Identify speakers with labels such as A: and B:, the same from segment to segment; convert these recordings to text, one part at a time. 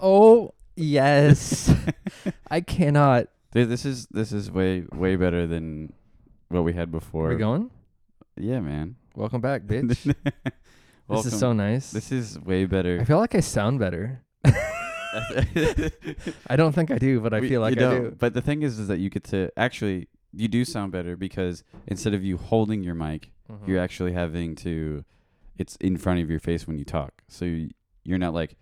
A: Oh yes, I cannot.
B: Dude, this is this is way way better than what we had before.
A: Are we going?
B: Yeah, man.
A: Welcome back, bitch. this
B: Welcome.
A: is so nice.
B: This is way
A: I
B: better.
A: feel like I sound better. I don't think I do, but I
B: We-
A: feel like
B: you
A: I
B: don't.
A: do.
B: But the thing is, is that you get to actually you do sound better because instead of you holding your mic,
A: Mhm.
B: you're actually having to. It's in front of your face when you talk, so you, you're not like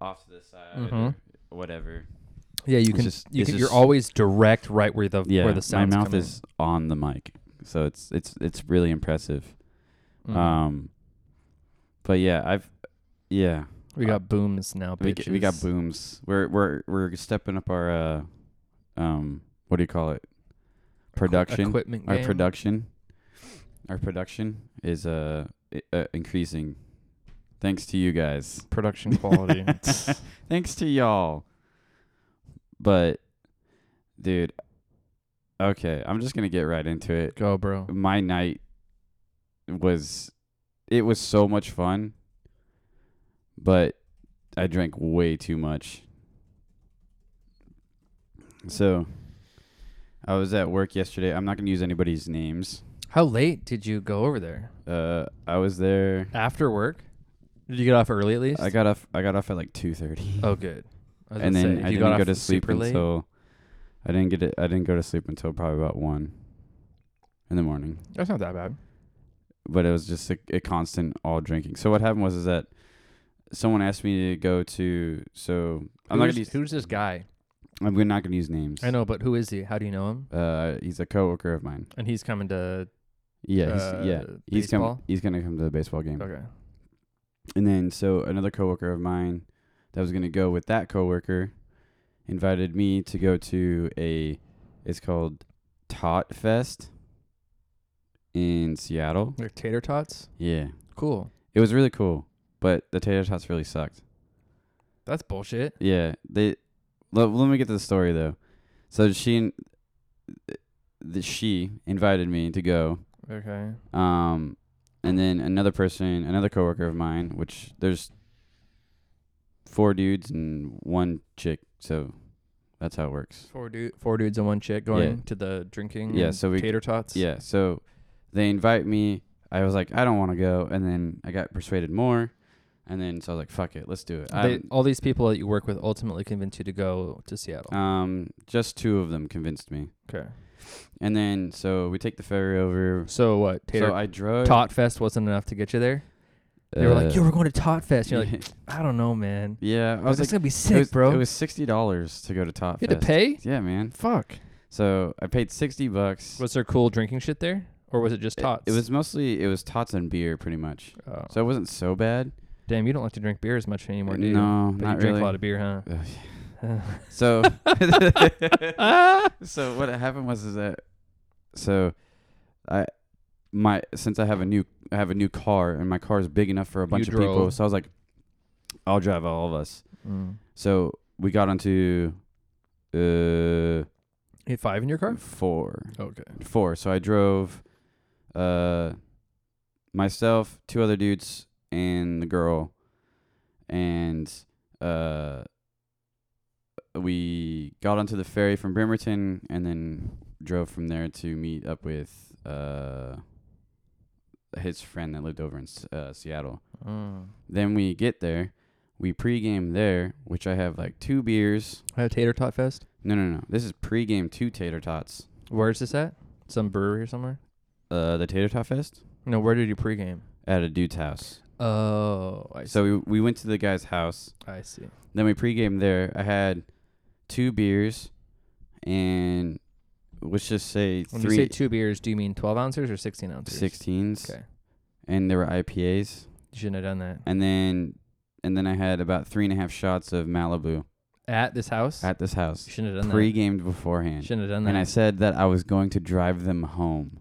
B: off to the side
A: Mhm.
B: or whatever.
A: yeah, you
B: it's
A: can.
B: just-
A: you
B: it's
A: can you're
B: just-
A: always direct right where the
B: Yeah,
A: where the
B: my
A: sound.
B: mouth is on the mic, so it's it's it's really impressive.
A: Mm-hmm.
B: Um, but yeah, I've yeah
A: we got booms now,
B: uh, we
A: bitches.
B: g we got booms. We're we're we're stepping up our uh, um what do you call it? Production.
A: equipment.
B: our
A: game.
B: production. Our production is uh, i- uh increasing, thanks to you guys.
A: production quality.
B: Thanks to y'all. But, dude, okay, I'm just gonna get right into it
A: Go, bro.
B: my night was it was so much fun but i drank way too much so i was at work yesterday i'm not going to use anybody's names
A: How late did you go over there?
B: uh i was there
A: After work? Did you get off early at least?
B: i got off i got off at like 2:30
A: oh, good. I was gonna
B: and then
A: say, if
B: i
A: you
B: didn't
A: got
B: go
A: off
B: to sleep
A: super late,
B: until i didn't get it i didn't go to sleep until probably about 1 in the morning
A: That's not that bad.
B: but it was just a, a constant all drinking. So what happened was is that someone asked me to go to. So I'm not
A: who's,
B: gonna use,
A: who's this guy?
B: I'm not gonna use names.
A: I know, but who is he? How do you know him?
B: Uh, he's a coworker of mine.
A: And he's coming to.
B: Yeah, he's, yeah.
A: Uh,
B: He's coming.
A: baseball?
B: He's gonna come to the baseball game.
A: Okay.
B: And then so another coworker of mine that was gonna go with that coworker invited me to go to a. It's called Tot Fest in Seattle.
A: Like tater tots?
B: Yeah,
A: Cool.
B: it was really cool, but the tater tots really sucked.
A: That's bullshit.
B: Yeah, they. Let, let me get to the story though. So she, in- the, she invited me to go.
A: Okay.
B: Um, and then another person, another coworker of mine, which there's four dudes and one chick, so that's how it works.
A: Four dude, four dudes and one chick going to the drinking.
B: Yeah,
A: and
B: so we-
A: tater tots.
B: Yeah, so they invite me. I was like, I don't want to go, and then I got persuaded more, and then so I was like, fuck it, let's do it.
A: They,
B: I'm-
A: all these people that you work with ultimately convince you to go to Seattle.
B: um, just two of them convinced me.
A: okay.
B: And then so we take the ferry over.
A: So what? Tater
B: so I drove.
A: Tot Fest wasn't enough to get you there. They were like,
B: uh,
A: "Yo, we're going to Tot Fest." And you're like, "I don't know, man.
B: yeah.
A: I
B: I
A: was
B: was
A: it's
B: like,
A: gonna be
B: it
A: sick,
B: was,
A: bro.
B: It was sixty dollars to go to Top
A: you had to pay.
B: Yeah, man.
A: Fuck.
B: So I paid sixty bucks.
A: Was there cool drinking shit there, or was it just
B: It-
A: Tots?
B: It, was mostly it was tots and beer, pretty much.
A: Oh.
B: So it wasn't so bad.
A: Damn, you don't like to drink beer as much anymore, do you?
B: no,
A: But
B: not
A: you drink
B: really.
A: a lot of beer, huh?
B: so so what happened was is that so I my since I have a new I have a new car and my car is big enough for a bunch of people,
A: drove.
B: so I was like, I'll drive all of us.
A: mm.
B: So we got onto uh
A: You had five in your car?
B: four.
A: Okay.
B: Four. So I drove uh myself, two other dudes, and the girl. And uh we got onto the ferry from Bremerton and then drove from there to meet up with uh his friend that lived over in S- uh, Seattle.
A: Mm.
B: Then we get there, we pregame there, which I have like two beers.
A: At Tater Tot Fest?
B: No, no, no. This is pregame two tater tots.
A: Where is this at? Some brewery or somewhere?
B: Uh, the tater tot fest
A: No, where did you pregame?
B: at a dude's house.
A: Oh, I see.
B: So we we went to the guy's house.
A: I see.
B: Then we pregame there. I had two beers, and let's just say
A: When you say
B: three
A: two beers, do you mean 12 ounces or 16 ounces?
B: sixteens,
A: Okay.
B: and there were IPAs.
A: You shouldn't have done that.
B: And then and then I had about three and a half shots of Malibu
A: At this house?
B: at this house,
A: you shouldn't have done that.
B: pre-gamed
A: You
B: beforehand.
A: shouldn't have done that.
B: And I said that I was going to drive them home.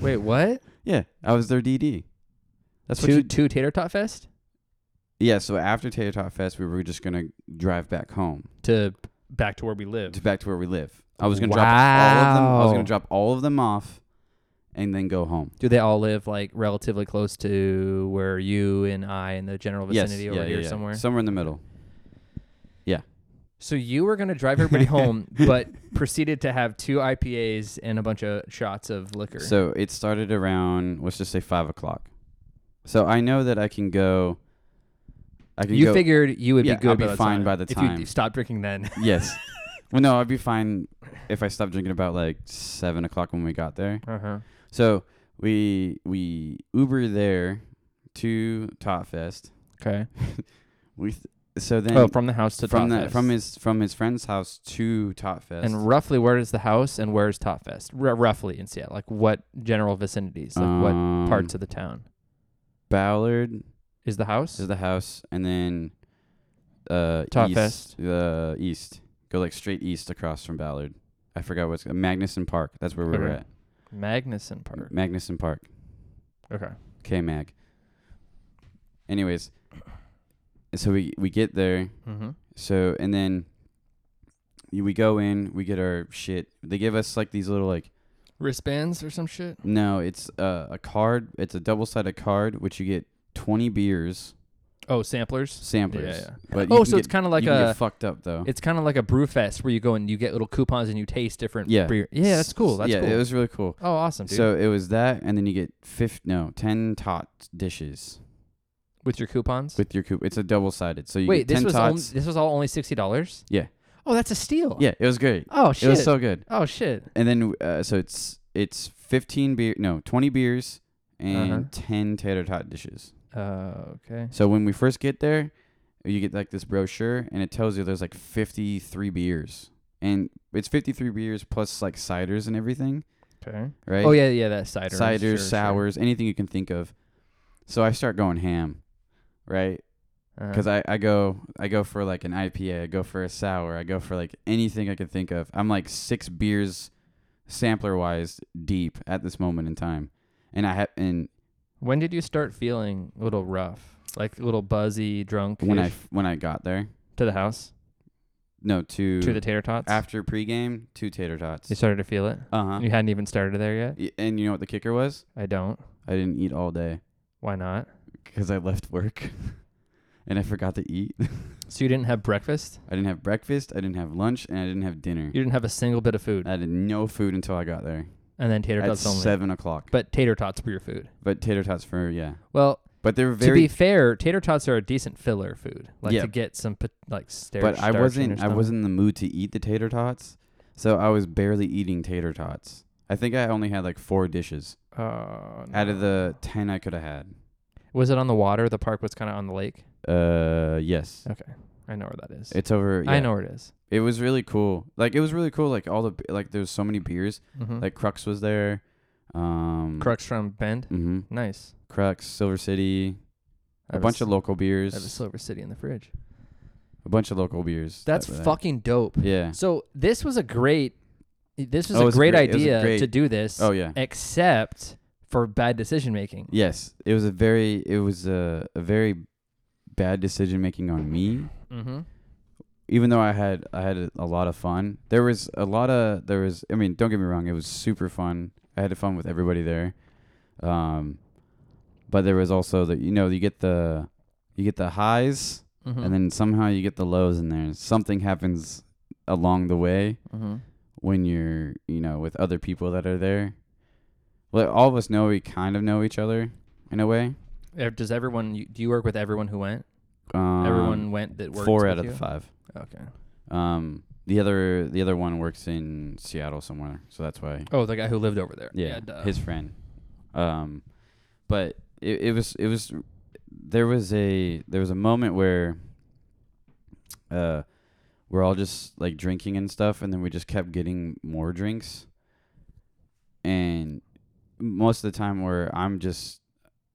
A: Wait, what?
B: Yeah, I was their DD. That's what
A: two,
B: you
A: two Tater Tot Fest?
B: Yeah, so after Tater Tot Fest, we were just gonna drive back home,
A: To back to where we live.
B: to back to where we live. I was gonna drop all of them. I was
A: Wow.
B: gonna drop all of them off, and then go home.
A: Do they all live like relatively close to where you and I in the general
B: Yes,
A: vicinity
B: yeah,
A: over
B: yeah,
A: here
B: yeah.
A: somewhere?
B: somewhere in the middle.
A: So you were gonna drive everybody home, but proceeded to have two IPAs and a bunch of shots of liquor.
B: So it started around let's just say five o'clock. So I know that I can go. I can
A: you
B: go,
A: figured you would
B: Yeah,
A: be good.
B: I'll be
A: by that
B: fine
A: time.
B: by the
A: if
B: time.
A: you stop drinking then.
B: Yes. well, no, I'd be fine if I stopped drinking about like seven o'clock when we got there.
A: Uh huh.
B: So we we Uber there to Tot Fest.
A: Okay.
B: We th- so then
A: Oh, from the house to Tot
B: from the-
A: Fest.
B: from his from his friend's house to Tot Fest.
A: and roughly where is the house and where is Top Fest? R- roughly in Seattle, like what general vicinities, like what parts of the town
B: Um, Ballard
A: is the house?
B: is the house, and then uh
A: Tot
B: east,
A: Fest.
B: uh, east. Go like straight east across from Ballard. I forgot what's Magnuson Park. That's where we were
A: Okay.
B: at.
A: Magnuson Park.
B: Magnuson Park.
A: Okay.
B: K Mag. Anyways, so we we get there.
A: Mm-hmm.
B: So and then you- we go in. We get our shit. They give us like these little like
A: Wristbands or some shit.
B: no, it's uh, a card. It's a double sided card which you get twenty beers
A: Oh, samplers.
B: samplers.
A: yeah.
B: But you
A: Oh,
B: can
A: so
B: get,
A: it's kind of like
B: you can
A: a
B: get fucked up though.
A: It's kind of like a brew fest where you go and you get little coupons and you taste different
B: Yeah.
A: beer. Yeah, that's cool. That's
B: yeah,
A: cool.
B: it was really cool.
A: oh, awesome, dude.
B: So it was that, and then you get fifth no ten tot dishes
A: With your coupons?
B: with your coupe. It's a double sided, so you
A: Wait,
B: get
A: this
B: ten
A: was only,
B: tots.
A: this was all only $60?
B: Yeah.
A: Oh, that's a steal.
B: yeah, it was great.
A: Oh,
B: It
A: shit.
B: was so good.
A: oh, shit.
B: and then uh, so it's it's 15 beer no 20 beers and
A: Uh-huh.
B: 10 tater tot dishes
A: Uh, okay.
B: so when we first get there you get like this brochure and it tells you there's like 53 beers and it's 53 beers plus like ciders and everything
A: Okay.
B: right
A: Oh, yeah, yeah, that cider.
B: ciders
A: Sure, sure.
B: sours anything you can think of so i start going ham right
A: Uh-huh.
B: because I, I go I go for like an IPA, I go for a sour, I go for like anything I could think of. I'm like six beers, sampler wise, deep at this moment in time, and I have and
A: When did you start feeling a little rough? Like a little buzzy, drunk
B: when I when I got there,
A: to the house?
B: no to,
A: To the tater tots?
B: after pregame two tater tots.
A: you started to feel it?
B: Uh huh.
A: You hadn't even started there yet?
B: And you know what the kicker was?
A: I don't.
B: I didn't eat all day
A: Why not?
B: because I left work, and I forgot to eat.
A: So you didn't have breakfast?
B: I didn't have breakfast, I didn't have lunch, and I didn't have dinner.
A: You didn't have a single bit of food.
B: I had no food until I got there
A: And then tater
B: at
A: tots only.
B: seven o'clock. But,
A: But tater tots were your food.
B: tater tots for yeah.
A: Well,
B: But they were
A: to be
B: very.
A: fair, tater tots are a decent filler food. Like
B: Yeah.
A: to get some pot- like starch.
B: But
A: starch
B: I
A: in your
B: wasn't. I
A: stomach.
B: wasn't in the mood to eat the tater tots, so I was barely eating tater tots. I think I only had like four dishes
A: Oh,
B: out of the
A: no.
B: ten I could have had.
A: Was it on the water? The park was kind of on the lake.
B: Uh, yes,
A: Okay, I know where that is.
B: it's over.
A: I
B: yeah.
A: know where it is.
B: It was really cool. Like it was really cool. Like all the be- like there was so many beers.
A: Mhm.
B: Like Crux was there. Um,
A: Crux from Bend.
B: Mm-hmm.
A: Nice.
B: Crux, Silver City,
A: I
B: a
A: have
B: bunch of
A: s- I
B: local
A: have a
B: beers.
A: Silver City in the fridge.
B: a bunch of local beers.
A: That's
B: that were there.
A: fucking dope.
B: Yeah.
A: So this was a great. This was
B: Oh, it
A: a
B: was a
A: great
B: great- it was a
A: idea to
B: great-
A: do this,
B: Oh yeah.
A: except for bad decision making.
B: Yes, it was a very it was a, a very bad decision making on me.
A: Mm-hmm.
B: Even though I had I had a, a lot of fun, there was a lot of there was. I mean, don't get me wrong, it was super fun. I had fun with everybody there, um, but there was also the you know you get the you get the highs
A: Mm-hmm.
B: and then somehow you get the lows in there. Something happens along the way
A: mm-hmm.
B: when you're you know with other people that are there. Well, all of us know we kind of know each other in a way.
A: Uh, Does everyone? you- Do you work with everyone who went?
B: Um,
A: everyone went that worked.
B: four
A: with
B: out of
A: you?
B: the five.
A: Okay.
B: Um, the other the other one works in Seattle somewhere, so that's why.
A: Oh, the guy who lived over there. uh,
B: Yeah,
A: duh.
B: his friend. Um, but it, it was it was there was a there was a moment where uh we're all just like drinking and stuff, and then we just kept getting more drinks, and most of the time where I'm just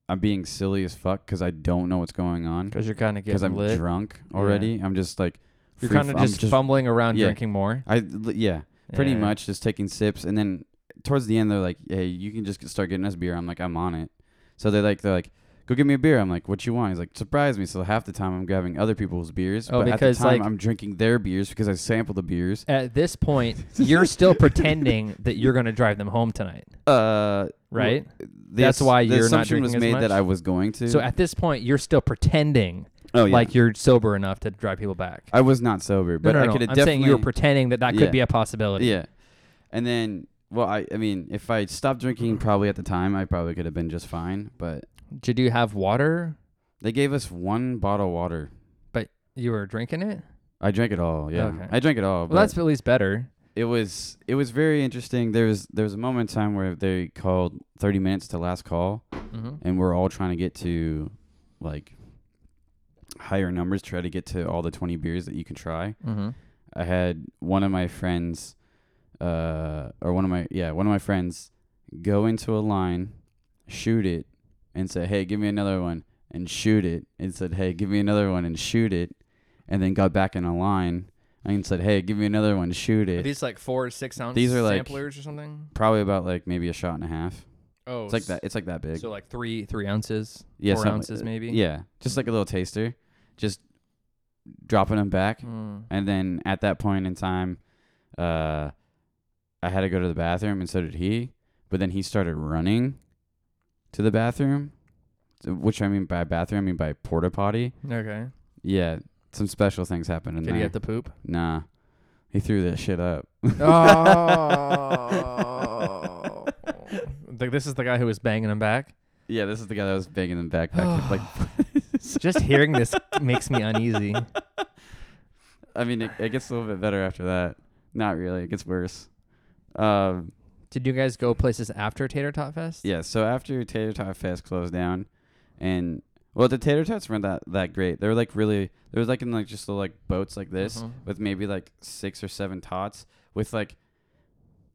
B: I'm being silly as fuck because I don't know what's going on
A: Because you're kind of
B: because
A: getting
B: I'm
A: lit.
B: drunk
A: Yeah.
B: already. I'm just like
A: You're
B: free
A: kind of
B: f- I'm
A: just, fumbling around
B: Yeah.
A: drinking more.
B: I l- yeah, pretty
A: Yeah.
B: much just taking sips, and then towards the end they're like, "Hey, you can just start getting us beer." I'm like, "I'm on it." So they're like, "They're like, go get me a beer." I'm like, "What you want?" He's like, "Surprise me." So half the time I'm grabbing other people's beers,
A: Oh,
B: but
A: because,
B: at the time
A: like-
B: I'm drinking their beers because I sampled the beers.
A: At this point, you're still pretending that you're going to drive them home tonight,
B: Uh,
A: right?
B: the
A: That's
B: ass-
A: why
B: the
A: you're not
B: assumption
A: drinking
B: was
A: as
B: made that
A: much?
B: I was going to.
A: so at this point, you're still pretending
B: Oh yeah.
A: Like you're sober enough to drive people back.
B: I was not sober,
A: No,
B: but
A: no,
B: I
A: no.
B: could have
A: I'm
B: definitely
A: saying you were pretending that that could
B: Yeah.
A: be a possibility.
B: Yeah. And then well, I I mean, if I stopped drinking probably at the time, I probably could have been just fine, but
A: Did you have water?
B: they gave us one bottle of water.
A: You were drinking it.
B: I drank it all, yeah.
A: Okay.
B: I drank it all.
A: Well,
B: but-
A: that's at least better.
B: it was it was very interesting. There was there was a moment in time where they called thirty minutes to last call,
A: Mm-hmm.
B: and we're all trying to get to like higher numbers, try to get to all the twenty beers that you can try.
A: Mm-hmm.
B: I had one of my friends, uh, or one of my yeah one of my friends, go into a line, shoot it, and say, "Hey, give me another one," and shoot it, and said, "Hey, give me another one," and shoot it, and then got back in a line and said, "Hey, give me another one, shoot it."
A: These like four or six ounce
B: These are, like-
A: samplers or something.
B: probably about like maybe a shot and a half.
A: Oh,
B: It's like that. It's like that big.
A: So like three three ounces,
B: yeah,
A: four
B: something-
A: ounces maybe.
B: Yeah, just like a little taster, just dropping them back,
A: Mm.
B: and then at that point in time, uh, I had to go to the bathroom, and so did he. But then he started running to the bathroom, so- which I mean by bathroom, I mean by porta potty.
A: Okay.
B: Yeah, some special things happened in
A: Did
B: there.
A: he have to poop?
B: nah, he threw that shit up.
A: Oh. Like, this is the guy who was banging him back.
B: Yeah, this is the guy that was banging them back back like
A: Just hearing this makes me uneasy.
B: I mean, it, it gets a little bit better after that. Not really. It gets worse. Um,
A: Did you guys go places after Tater Tot Fest?
B: yeah. So after Tater Tot Fest closed down, and well, the Tater Tots weren't that that great. They were like really. They were like in like just little like boats like this
A: Mhm.
B: with maybe like six or seven tots with like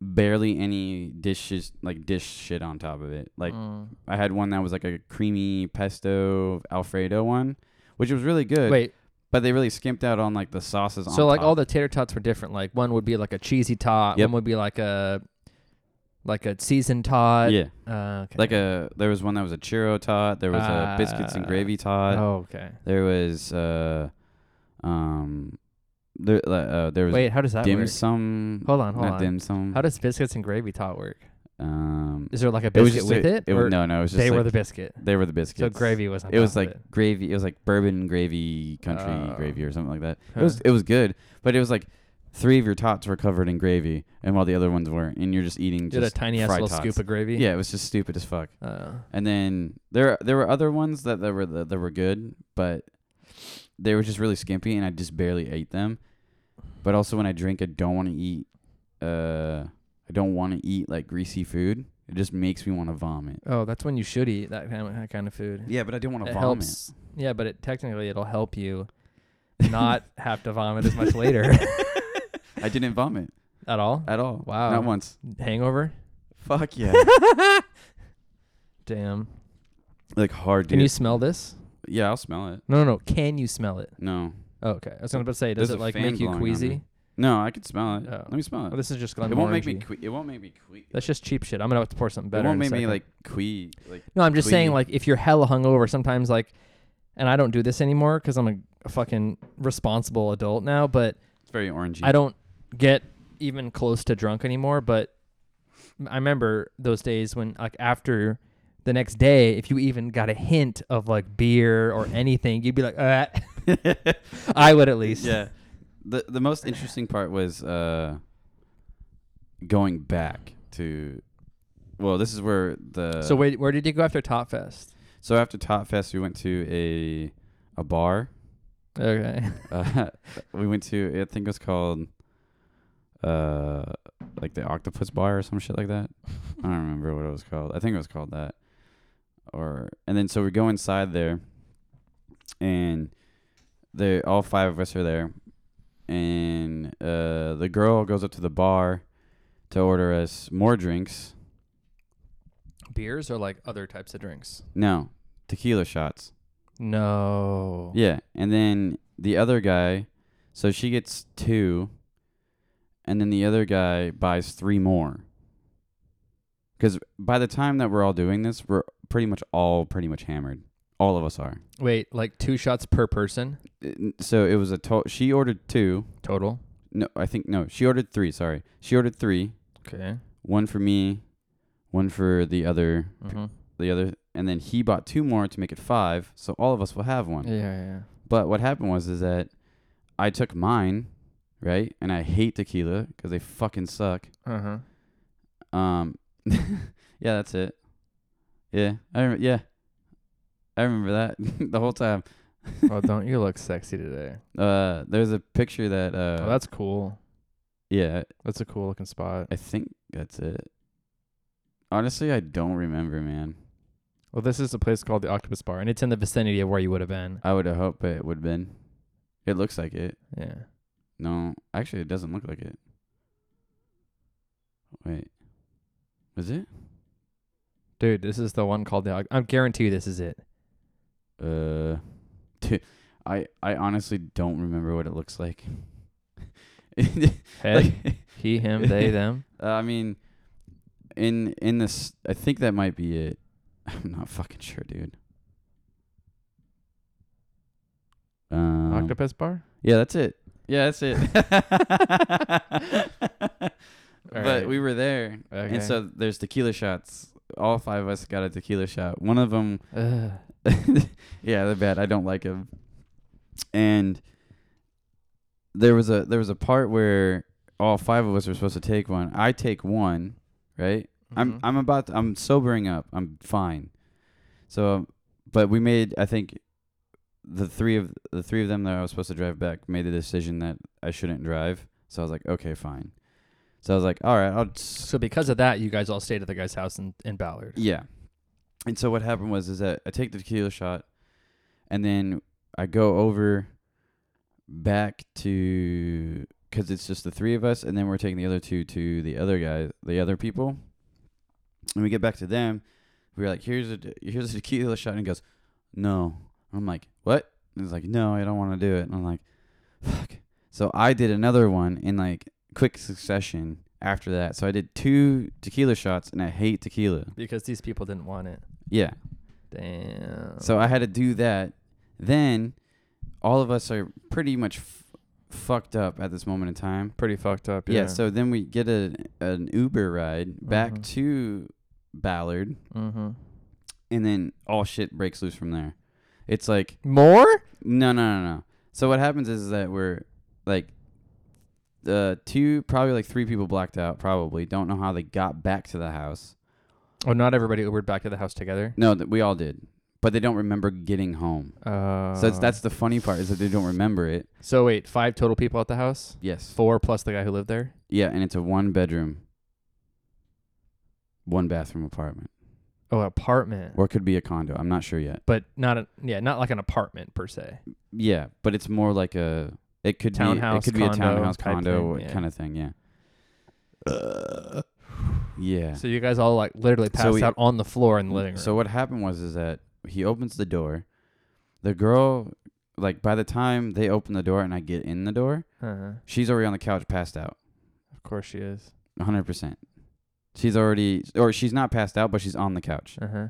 B: barely any dishes like dish shit on top of it. Like
A: Mm.
B: I had one that was like a creamy pesto alfredo one, which was really good.
A: Wait,
B: But they really skimped out on like the sauces.
A: so
B: on
A: like
B: top.
A: all the tater tots were different. Like one would be like a cheesy tot,
B: Yep.
A: one would be like a like a seasoned tot.
B: yeah.
A: Uh, okay.
B: Like a there was one that was a churro tot, there was a biscuits and
A: Uh,
B: gravy tot,
A: oh, okay.
B: there was uh um there uh, uh, there was
A: Wait, how does that
B: dim
A: work?
B: sum.
A: Hold on, hold
B: not
A: on.
B: dim sum.
A: How does biscuits and gravy tot work?
B: um
A: Is there like a
B: it was
A: biscuit
B: just
A: with
B: a-
A: it?
B: was,
A: or
B: no, no, it was just
A: they
B: like,
A: were the biscuit.
B: they were the biscuits.
A: So gravy was. On
B: It was
A: top of
B: like gravy. It was like bourbon gravy, country
A: Oh.
B: gravy, or something like that.
A: Huh.
B: It was it was good, but it was like three of your tots were covered in gravy, and while the other ones weren't, and you're just eating
A: did a
B: just
A: tiny ass
B: fried
A: little
B: tots.
A: scoop of gravy.
B: Yeah, it was just stupid as fuck.
A: Uh,
B: And then there there were other ones that, that were that, were good, but they were just really skimpy, and I just barely ate them. But also, when I drink, I don't want to eat. Uh, I don't want to eat like greasy food. It just makes me want to vomit.
A: oh, that's when you should eat that kind of, that kind of food.
B: Yeah, but I didn't want
A: it
B: to vomit.
A: helps. Yeah, but it technically it'll help you not have to vomit as much later
B: I didn't vomit
A: at all.
B: at all.
A: Wow.
B: not once.
A: Hangover.
B: Fuck yeah,
A: Damn.
B: like hard.
A: Can
B: dude.
A: you smell this?
B: yeah, I'll smell it.
A: No, no, no. Can you smell it?
B: No,
A: Oh, okay. I was gonna say, does
B: There's
A: it
B: a
A: like
B: fan
A: make you
B: blowing on
A: queasy?
B: me. no, I can smell it.
A: Oh.
B: Let me
A: Oh,
B: smell it.
A: this is just
B: it
A: Glenmorangie.
B: won't make me. Que- it won't make me. Que-
A: That's just cheap shit. I'm gonna have to pour something better.
B: it won't
A: in a
B: make me
A: second.
B: like que. Like
A: No, I'm just saying,
B: clean.
A: like, if you're hella hungover, sometimes, like, and I don't do this anymore because I'm a, a fucking responsible adult now, but
B: it's very orangey.
A: I don't get even close to drunk anymore. But I remember those days when, like, after the next day, if you even got a hint of, like, beer or anything, you'd be like, uh, I would at least.
B: Yeah. The the most interesting part was uh going back to well, this is where the
A: So, wait, where did you go after Top Fest?
B: so after Top Fest we went to a a bar.
A: Okay.
B: Uh, we went to I think it was called uh like the Octopus Bar or some shit like that. I don't remember what it was called. I think it was called that. Or and then so we go inside there, and they all five of us are there, and uh, the girl goes up to the bar to order us more drinks.
A: Beers or, like, other types of drinks?
B: No, tequila shots.
A: No.
B: Yeah, and then the other guy, so she gets two, and then the other guy buys three more. Because by the time that we're all doing this, we're pretty much all pretty much hammered. All of us are. Uh,
A: Wait, like, two shots per person
B: N- So it was a total. She ordered two.
A: total.
B: No, I think no. She ordered three. Sorry, she ordered three.
A: Okay.
B: One for me, one for the other,
A: Mm-hmm.
B: the other, and then he bought two more to make it five. So all of us will have one.
A: Yeah, yeah.
B: But what happened was is that I took mine, right? And I hate tequila because they fucking suck.
A: Uh huh.
B: Um, yeah, that's it. Yeah, I rem- yeah, I remember that the whole time.
A: well, don't you look sexy today?
B: Uh, there's a picture that uh,
A: Oh, that's cool.
B: yeah,
A: That's a cool looking spot.
B: I think that's it. Honestly, I don't remember, man.
A: Well, this is a place called the Octopus Bar, and it's in the vicinity of where you would have been.
B: I would have hoped it would have been. It looks like it.
A: Yeah.
B: No, actually, it doesn't look like it. Wait, was it?
A: Dude, this is the one called the. Oc- I guarantee you, this is it.
B: Uh, I I honestly don't remember what it looks like.
A: Head,
B: Like,
A: he, him, they, them.
B: uh, I mean, in in this, I think that might be it. I'm not fucking sure, dude. Um,
A: Octopus Bar.
B: Yeah, that's it. Yeah, that's it. but
A: right.
B: we were there,
A: Okay.
B: and so there's tequila shots. All five of us got a tequila shot. One of them
A: Ugh.
B: yeah, they're bad. I don't like them. And there was a there was a part where all five of us were supposed to take one. I take one, right? I'm
A: Mhm.
B: I'm about to, I'm sobering up. I'm fine. So, but we made I think the three of the three of them that I was supposed to drive back made the decision that I shouldn't drive. So I was like, okay, fine. So I was like, all right, I'll s-
A: So because of that, you guys all stayed at the guy's house in, in Ballard.
B: yeah. And so what happened was is that I take the tequila shot and then I go over back to cuz it's just the three of us and then we're taking the other two to the other guy, the other people. And we get back to them. We are like, "Here's a te- here's a tequila shot." And he goes, "No." I'm like, "What?" And he's like, "No, I don't want to do it." And I'm like, "Fuck." So I did another one in like quick succession after that. So I did two tequila shots and I hate tequila.
A: Because these people didn't want it.
B: Yeah.
A: Damn.
B: So I had to do that. Then all of us are pretty much f- fucked up at this moment in time.
A: pretty fucked up.
B: Yeah. so then we get a an Uber ride back
A: Mhm.
B: to Ballard
A: mm-hmm.
B: and then all shit breaks loose from there. It's like
A: More?
B: no, no, no, no. So what happens is that we're like uh two probably like three people blacked out probably don't know how they got back to the house.
A: Oh, not everybody Ubered back to the house together.
B: No, th- we all did. But they don't remember getting home.
A: Uh,
B: So it's, that's the funny part is that they don't remember it.
A: So wait, five total people at the house.
B: Yes.
A: Four plus the guy who lived there.
B: Yeah, and it's a one bedroom, one bathroom apartment,
A: Oh, apartment.
B: or it could be a condo. I'm not sure yet.
A: but not a yeah, not like an apartment per se.
B: Yeah, but it's more like a. It could
A: Townhouse
B: be. It could
A: condo
B: be a townhouse
A: type
B: condo
A: thing, yeah.
B: kind of thing. Yeah. yeah.
A: So you guys all like literally
B: Uh, So
A: passed
B: we- Mm,
A: out on the floor in the living room.
B: So what happened was is that he opens the door. The girl, like by the time they open the door and I get in the door,
A: uh-huh.
B: she's already on the couch, passed out,
A: of course she is.
B: 100. percent She's already, or she's not passed out, but she's on the couch.
A: Uh-huh.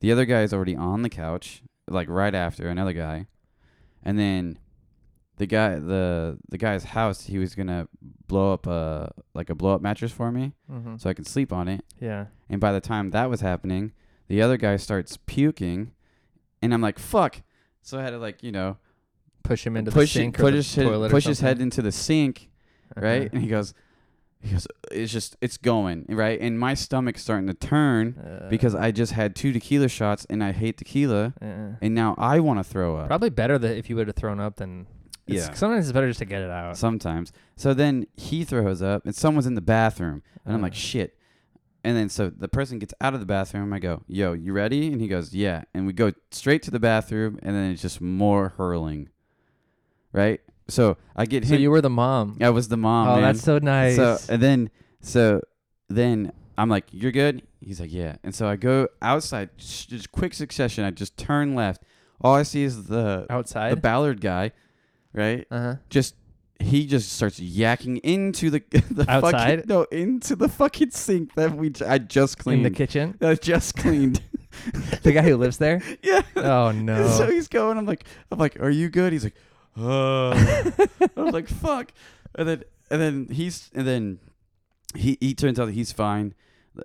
B: The other guy is already on the couch, like right after another guy, and then the guy the the guy's house. He was gonna blow up a like a blow up mattress for me
A: Mm-hmm.
B: so I could sleep on it.
A: yeah.
B: And by the time that was happening, the other guy starts puking, and I'm like, "Fuck!" So I had to like you know
A: Push him into
B: push
A: the sink
B: it-
A: or
B: push
A: the
B: his,
A: toilet. or
B: push his head
A: something.
B: into the sink, right?
A: Uh-huh.
B: And he goes, he goes, it's just it's going right, and my stomach's starting to turn.
A: Uh,
B: Because I just had two tequila shots and I hate tequila
A: uh,
B: and now I want to throw up
A: probably better that if you would have thrown up than it's-
B: Yeah.
A: Sometimes it's better just to get it out.
B: sometimes. So then he throws up, and someone's in the bathroom, and I'm like,
A: Uh.
B: shit. And then so the person gets out of the bathroom. I go, yo, you ready? And he goes, yeah. And we go straight to the bathroom, and then it's just more hurling, right? So I get
A: So
B: him.
A: you were the mom.
B: I was the mom.
A: oh,
B: man.
A: that's so nice.
B: So and then so then I'm like, "You're good." He's like, "Yeah." And so I go outside, sh- just quick succession. I just turn left. All I see is the the
A: Outside.
B: Ballard guy, right?
A: uh huh.
B: Just he just starts yakking into the the
A: Outside?
B: fucking no into the fucking sink that we j- I just
A: In
B: cleaned.
A: the kitchen.
B: I just cleaned.
A: the guy who lives there.
B: yeah.
A: Oh
B: And
A: no.
B: So he's going. I'm like, I'm like, "Are you good?" He's like, "Uh." I was like, "Fuck." And then and then he's and then he he turns out that he's fine.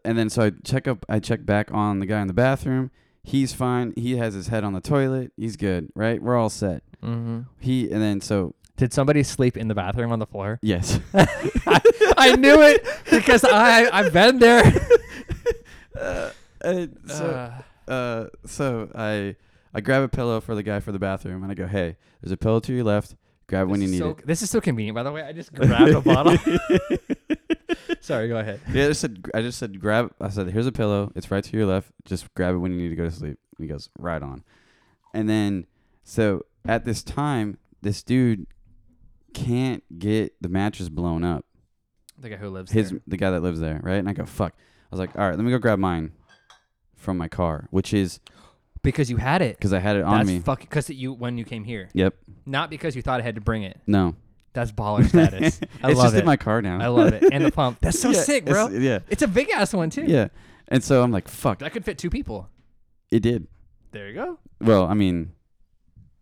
B: And then so I check up I check back on the guy in the bathroom. He's fine. He has his head on the toilet. He's good, right? We're all set.
A: Mm-hmm.
B: He and then so
A: Did somebody sleep in the bathroom on the floor?
B: yes.
A: I, I knew it because I I've been there.
B: Uh, and so
A: Uh,
B: uh, so I I grab a pillow for the guy for the bathroom and I go, "Hey, there's a pillow to your left. Grab when you
A: this
B: need
A: is so,
B: it."
A: This is so convenient, by the way. I just grabbed a bottle. Sorry, go ahead.
B: Yeah, I just said I just said grab. I said here's a pillow. It's right to your left. Just grab it when you need to go to sleep. And he goes right on. And then so at this time, this dude can't get the mattress blown up.
A: The guy who lives
B: His
A: there.
B: the guy that lives there, right? And I go fuck. I was like, all right, let me go grab mine from my car, which is
A: because you had it.
B: because I had it on
A: That's
B: me.
A: fucking because you when you came here,
B: yep.
A: not because you thought I had to bring it.
B: No.
A: That's baller status. I
B: it's
A: love
B: just
A: it.
B: in my car now.
A: I love it. And the pump. That's so
B: Yeah,
A: sick,
B: it's-
A: bro. It's,
B: Yeah.
A: a big ass one too.
B: Yeah. And so I'm like, fuck.
A: That could fit two people.
B: It did.
A: There you go.
B: Well, I mean,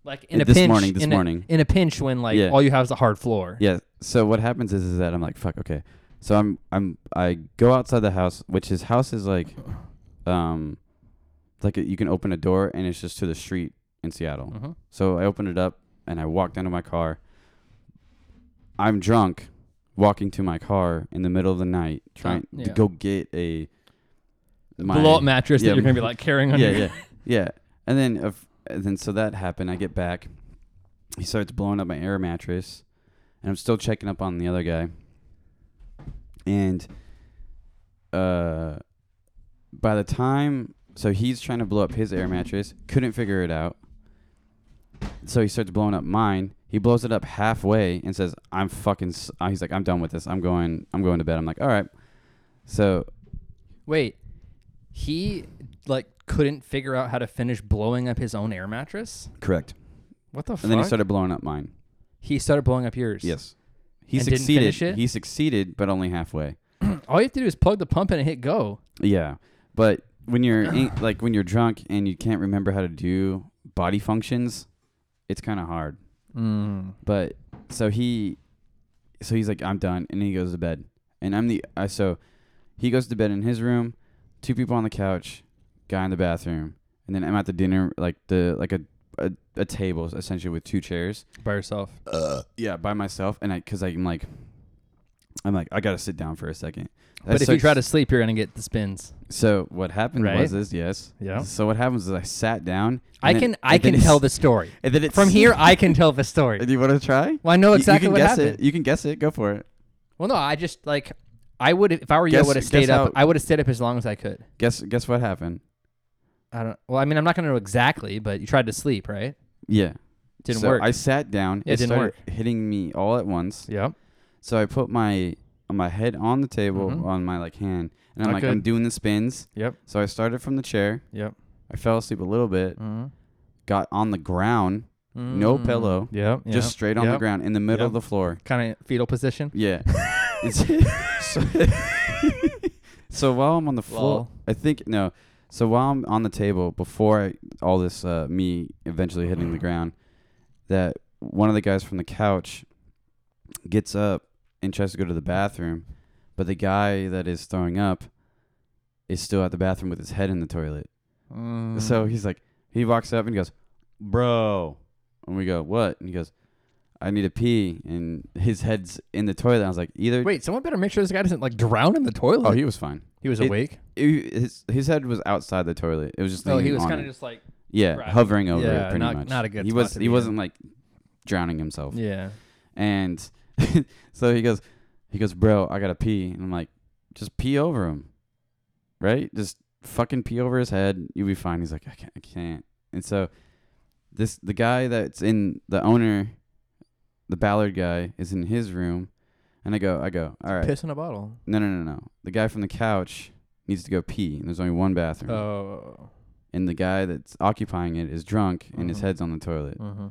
A: Like in a
B: this
A: pinch.
B: morning, this
A: in a-
B: morning.
A: in a pinch when like
B: Yeah.
A: all you have is a hard floor.
B: Yeah. So what happens is, is that I'm like, fuck, okay. So I'm I'm I go outside the house, which his house is like, um, like you can open a door and it's just to the street in Seattle.
A: Mhm.
B: So I opened it up and I walked down to my car. I'm drunk, walking to my car in the middle of the night, trying
A: yeah.
B: to go get a
A: Blow up mattress
B: yeah,
A: that you're gonna be like carrying on.
B: yeah,
A: your,
B: yeah, yeah. And then, of and then so that happened. I get back. He starts blowing up my air mattress, and I'm still checking up on the other guy. And uh, by the time, so he's trying to blow up his air mattress, couldn't figure it out. So he starts blowing up mine. He blows it up halfway and says, "I'm fucking." S-. uh, He's like, "I'm done with this. I'm going. I'm going to bed." I'm like, "All right." So
A: Wait, he like couldn't figure out how to finish blowing up his own air mattress.
B: correct.
A: What the fuck?
B: And then he started blowing up mine.
A: He started blowing up yours.
B: Yes. He
A: And didn't
B: succeeded.
A: finish it?
B: He succeeded, but only halfway.
A: All you have to do is plug the pump in and hit go.
B: Yeah. But when you're in, like when you're drunk and you can't remember how to do body functions, it's kind of hard.
A: Mm.
B: But so he so he's like I'm done and he goes to bed. And I'm the I so he goes to bed in his room, two people on the couch, guy in the bathroom, and then I'm at the dinner like the like a a, a table essentially with two chairs.
A: By yourself.
B: Yeah, by myself and I cuz I'm like I'm like I got to sit down for a second.
A: but if you try to sleep, you're gonna get the spins.
B: So what happened
A: Right?
B: was this, yes.
A: Yeah.
B: So what happens is I sat down. and
A: I
B: then-
A: can I
B: and then
A: can
B: it's-
A: tell the story.
B: And then it's,
A: From here, I can tell the story.
B: Do you want to try?
A: Well, I know
B: You-
A: exactly
B: you, can
A: what
B: guess
A: happened.
B: It. You can guess it. Go for it.
A: Well, no, I just like I would if I were you, I
B: Guess-
A: would have
B: guess
A: stayed up.
B: how-
A: I would have stayed up as long as I could.
B: Guess guess what happened?
A: I don't. Well, I mean, I'm not gonna know exactly, but you tried to sleep, right?
B: Yeah.
A: Didn't
B: So
A: work.
B: I sat down.
A: Yeah, it didn't
B: started Hitting me all at once.
A: yep.
B: So I put my my head on the table
A: Mhm.
B: on my like hand, and I'm
A: Not
B: like
A: good.
B: I'm doing the spins.
A: Yep.
B: So I started from the chair.
A: Yep.
B: I fell asleep a little bit.
A: Mm-hmm. Mm.
B: Got on the ground, No pillow,
A: Yep. yep.
B: just straight on the
A: Yep.
B: ground in the middle
A: Yep.
B: of the floor.
A: kind of fetal position.
B: Yeah. It's- so, so while I'm on the floor,
A: Lol.
B: I think no. So while I'm on the table, before I, all this, uh, me eventually hitting the ground, that one of the guys from the couch gets up and tries to go to the bathroom, but the guy that is throwing up is still at the bathroom with his head in the toilet.
A: Mm. Mm-hmm.
B: So he's like, he walks up and he goes, "Bro," and we go, "What?" And he goes, "I need to pee," and his head's in the toilet. I was like, "Either."
A: wait, someone better make sure this guy doesn't like drown in the toilet.
B: Oh, he was fine.
A: He was
B: it-
A: awake.
B: It- his his head was outside the toilet. It Oh, was just
A: No,
B: leaning
A: Oh, he was
B: on
A: kind
B: it.
A: of just like
B: yeah,
A: right.
B: hovering over
A: Yeah,
B: it pretty
A: not-
B: much.
A: not a good
B: He
A: spot
B: was
A: to
B: he
A: be in.
B: wasn't like drowning himself.
A: yeah.
B: And so he goes he goes, "Bro, I got to pee." And I'm like, "Just pee over him." Right? Just fucking pee over his head. You'll be fine. He's like, "I can't." I can't. And so this the guy that's in the owner the Ballard guy is in his room and I go I go, "All right.
A: Piss in a bottle.
B: No, no, no, no. The guy from the couch needs to go pee, and there's only one bathroom.
A: Oh.
B: And the guy that's occupying it is drunk, and his
A: Mhm.
B: head's on the toilet.
A: Mm-hmm.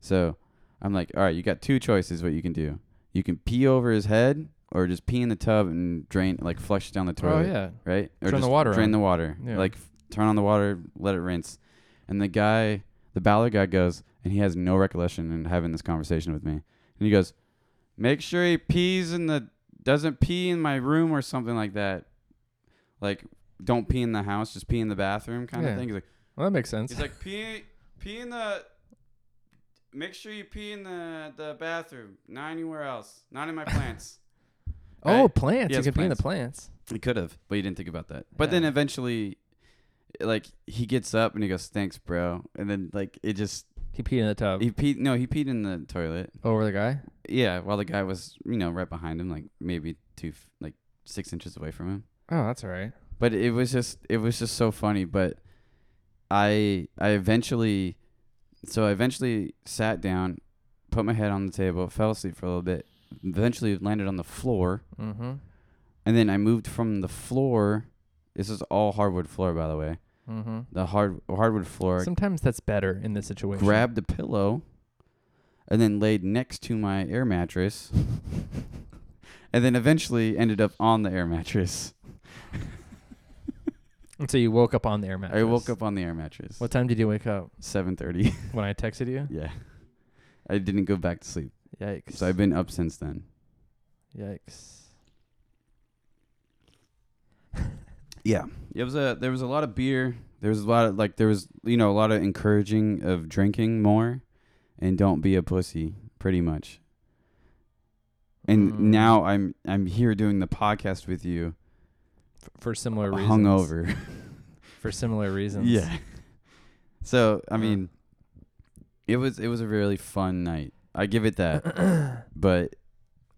B: So I'm like, all right, you got two choices what you can do. You can pee over his head, or just pee in the tub and drain, like flush down the
A: Oh
B: toilet,
A: yeah.
B: right? Or
A: Turn the
B: just
A: water
B: Drain
A: on.
B: the water.
A: Yeah.
B: Like f- turn on the water, let it rinse. And the guy, the Ballard guy, goes, and he has no recollection in having this conversation with me. And he goes, make sure he pees in the doesn't pee in my room or something like that. Like, don't pee in the house, just pee in the bathroom kind
A: Yeah.
B: of thing. He's like,
A: Well, that makes sense.
B: He's like pee pee in the. Make sure you pee in the the bathroom, not anywhere else, not in my plants.
A: oh,
B: Right?
A: plants.
B: He
A: you
B: has
A: could be in the plants.
B: He could have, but he didn't think about that. But then
A: Yeah.
B: eventually, like he gets up and he goes, "Thanks, bro," and then like it just
A: He peed in the tub.
B: he peed. No, he peed in the toilet.
A: Over the guy?
B: Yeah, while the guy was you know right behind him, like maybe two, f- like six inches away from him.
A: Oh, that's all right.
B: but it was just it was just so funny but i i eventually so i eventually sat down put my head on the table fell asleep for a little bit eventually landed on the floor
A: Mm-hmm.
B: and then i moved from the floor this is all hardwood floor by the way
A: Mm-hmm.
B: the hard hardwood floor
A: Sometimes that's better in this situation.
B: grabbed a pillow and then laid next to my air mattress and then eventually ended up on the air mattress
A: And so you woke up on the air mattress.
B: i woke up on the air mattress
A: What time did you wake up?
B: 7:30
A: When I texted you?
B: Yeah. I didn't go back to sleep.
A: Yikes.
B: So I've been up since then.
A: Yikes.
B: Yeah. It was a there was a lot of beer. There was a lot of like there was you know, a lot of encouraging of drinking more and don't be a pussy, pretty much. And
A: Mm.
B: now I'm I'm here doing the podcast with you
A: F- for similar reasons.
B: hungover.
A: For similar reasons.
B: yeah. So I
A: Mm.
B: mean it was it was a really fun night. I give it that. but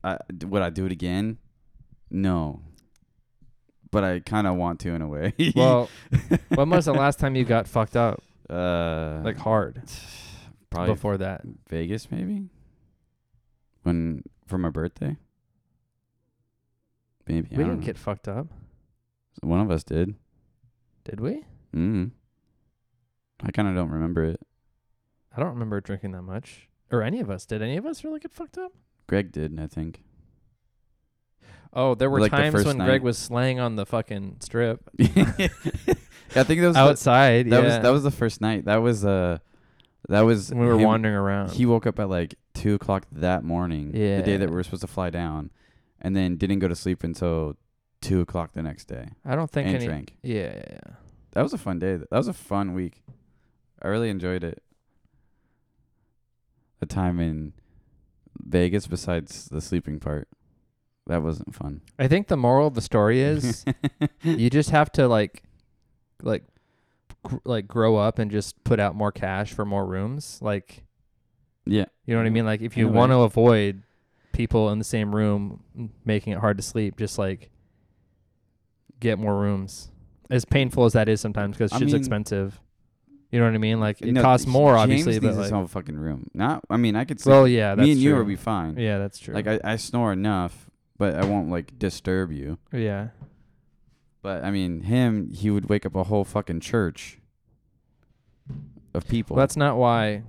B: I, d- would I do it again? No. But I kind of want to in a way.
A: Well, when was the last time you got fucked up
B: uh,
A: like hard?
B: probably
A: Before that,
B: Vegas, maybe when for my birthday. Maybe
A: we
B: I don't
A: didn't
B: know.
A: get fucked up,
B: one of us did.
A: did we?
B: Mm. I kind of don't remember it.
A: I don't remember drinking that much, or any of us. Did any of us really get fucked up?
B: Greg did, I think.
A: Oh, there were
B: Like the
A: times
B: first
A: when
B: night?
A: Greg was slaying on the fucking strip
B: I think that was the-
A: outside.
B: that
A: yeah.
B: was that was the first night. That was uh, that was
A: when we were
B: him-
A: wandering around.
B: he woke up at like two o'clock that morning, the day that
A: Yeah.
B: we were supposed to fly down, and then didn't go to sleep until two o'clock the next day
A: I don't think
B: and
A: any.
B: drank.
A: Yeah, yeah, yeah.
B: That was a fun day. That was a fun week. I really enjoyed it. The time in Vegas, besides the sleeping part, that wasn't fun.
A: I think the moral of the story is you just have to like, like, gr- like grow up and just put out more cash for more rooms. Like,
B: Yeah,
A: You know what I
B: Yeah.
A: mean? Like if you
B: Anyway.
A: want to avoid people in the same room m- making it hard to sleep, just like get more rooms. As painful as that is sometimes because
B: I
A: shit's
B: mean-
A: expensive. You know what I mean? Like it
B: No,
A: costs more,
B: James
A: obviously,
B: needs
A: but
B: his
A: like,
B: own fucking room. Not, I mean, I could sleep.
A: well, yeah, that's
B: me and you
A: true.
B: will be fine.
A: yeah, that's true.
B: Like I, I snore enough, but I won't like disturb you.
A: yeah,
B: But I mean, him, he would wake up a whole fucking church of people.
A: well, that's not why.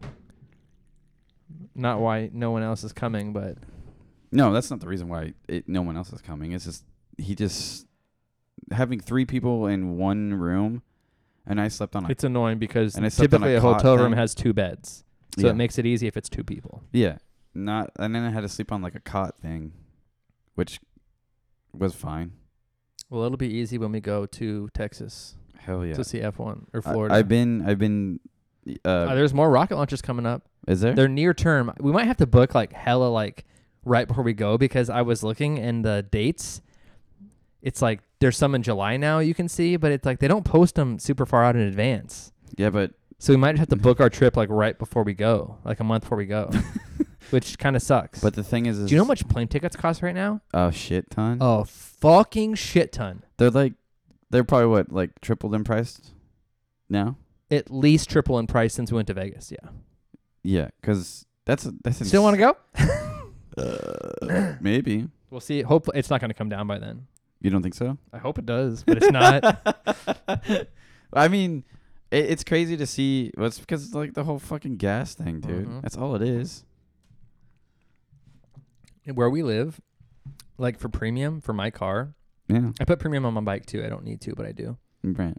A: Not why no one else is coming, but
B: no, that's not the reason why it, no one else is coming. It's just he just having three people in one room, and I slept on a
A: it's annoying because
B: And I slept on
A: typically
B: a
A: a, hotel
B: cot
A: room
B: thing.
A: has two beds, so
B: yeah,
A: it makes it easy if it's two people.
B: yeah not, and then I had to sleep on like a cot thing, which was fine.
A: Well, it'll be easy when we go to Texas
B: Hell yeah.
A: to see F1 or
B: I-
A: Florida.
B: I've been I've been
A: Uh,
B: uh,
A: there's more rocket launches coming up.
B: is there?
A: They're near term. We might have to book like hella like right before we go because I was looking and the dates. It's like there's some in July now you can see, but it's like they don't post them super far out in advance.
B: Yeah, but
A: So we might have to book our trip like right before we go, like a month before we go, which kind of sucks.
B: but the thing is, is
A: do you know how much plane tickets cost right now?
B: a shit ton?
A: Oh, fucking shit ton.
B: They're like, they're probably what like tripled in price now.
A: At least triple in price since we went to Vegas. Yeah.
B: Yeah, because that's that's
A: Still want to go?
B: Uh, maybe
A: We'll see. Hopefully, it's not going to come down by then.
B: you don't think so,
A: I hope it does, but it's not.
B: I mean, it, it's crazy to see. Well, it's because it's like the whole fucking gas thing, dude.
C: Mm-hmm.
A: Mhm.
B: That's all it is.
A: where we live, like for premium for my car,
B: Yeah,
A: I put premium on my bike too. I don't need to, but I do.
B: right.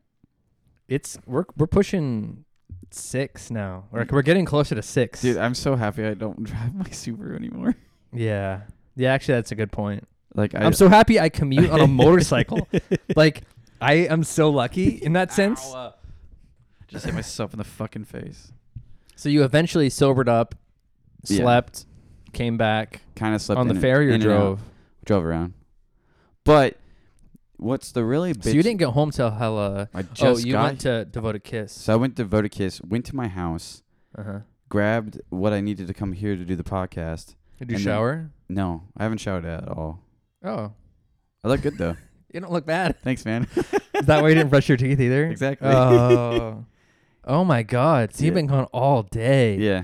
A: It's we're we're pushing six now. We're we're getting closer to six.
B: Dude, I'm so happy I don't drive my Subaru anymore.
A: Yeah. Yeah, actually that's a good point.
B: Like I,
A: I, am so happy I commute on a motorcycle. like I am so lucky in that sense.
C: uh. just hit myself in the fucking face.
A: So you eventually sobered up,
B: Yeah.
A: slept, came back
B: Kind of slept
A: on the
B: in-
A: ferry or
B: in and out.
A: drove.
B: drove around. But what's the really bitch?
A: So you didn't get home till hella.
B: I just
A: Oh, you
B: got.
A: went to Devoted Kiss.
B: so I went to Vodakiss, went to my house,
A: Uh huh.
B: grabbed what I needed to come here to do the podcast.
A: Did you
B: And then-
A: shower?
B: No, I haven't showered at all.
A: Oh,
B: I look good though.
A: you don't look bad.
B: Thanks, man.
A: Is that why you didn't brush your teeth either?
B: exactly.
A: Oh. Oh my God! So you've
B: Yeah.
A: been gone all day,
B: yeah.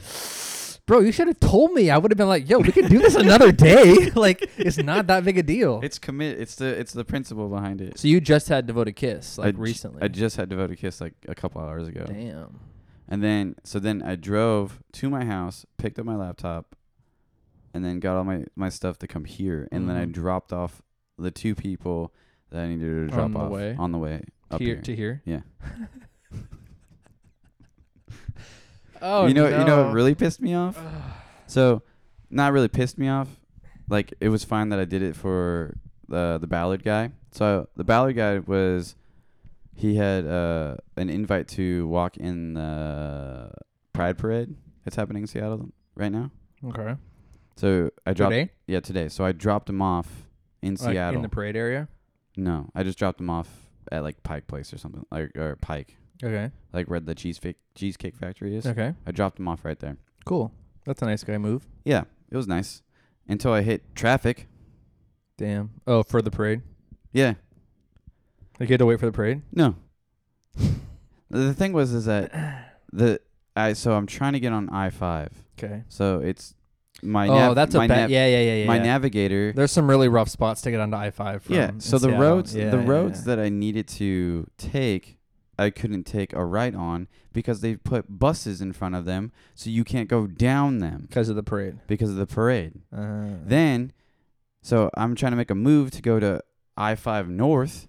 A: bro. You should have told me. I would have been like, "Yo, we could do this another day. like, it's not that big a deal."
B: It's commit. It's the it's the principle behind it.
A: so you just had devoted kiss like
B: I j-
A: recently.
B: I just had devoted kiss like a couple hours ago.
A: Damn.
B: And then so then I drove to my house, picked up my laptop, and then got all my, my stuff to come here. And then I
A: Mhm.
B: dropped off the two people that I needed to drop
A: On the
B: off
A: way?
B: on the way up
A: here,
B: here.
A: to here.
B: Yeah.
A: oh,
B: you know you know
A: no.
B: what really pissed me off? So not really pissed me off. Like it was fine that I did it for the the ballad guy. So the ballad guy was he had uh, an invite to walk in the Pride Parade that's happening in Seattle right now.
A: Okay.
B: So I dropped
A: Today?
B: yeah today. So I dropped him off in
A: Like,
B: Seattle.
A: in the parade area.
B: no, I just dropped him off at like Pike Place or something like or Pike,
A: Okay.
B: like where the cheesecake cheesecake factory is.
A: Okay.
B: I dropped him off right there.
A: Cool. That's a nice guy move.
B: Yeah, it was nice until I hit traffic.
A: Damn. Oh, for the parade.
B: Yeah,
A: Like you had to wait for the parade.
B: no. the thing was is that the I so I'm trying to get on I five.
A: Okay.
B: So it's my
A: oh,
B: nav-
A: that's a
B: my
A: bad.
B: nav-
A: yeah, yeah, yeah, yeah.
B: my
A: yeah.
B: navigator
A: There's some really rough spots to get onto I five.
B: Yeah. So the roads, the roads that I needed to take, I couldn't take a right on because they put buses in front of them, so you can't go down them
A: because of the parade.
B: because of the parade.
A: Uh,
B: Then, so I'm trying to make a move to go to I-5 North.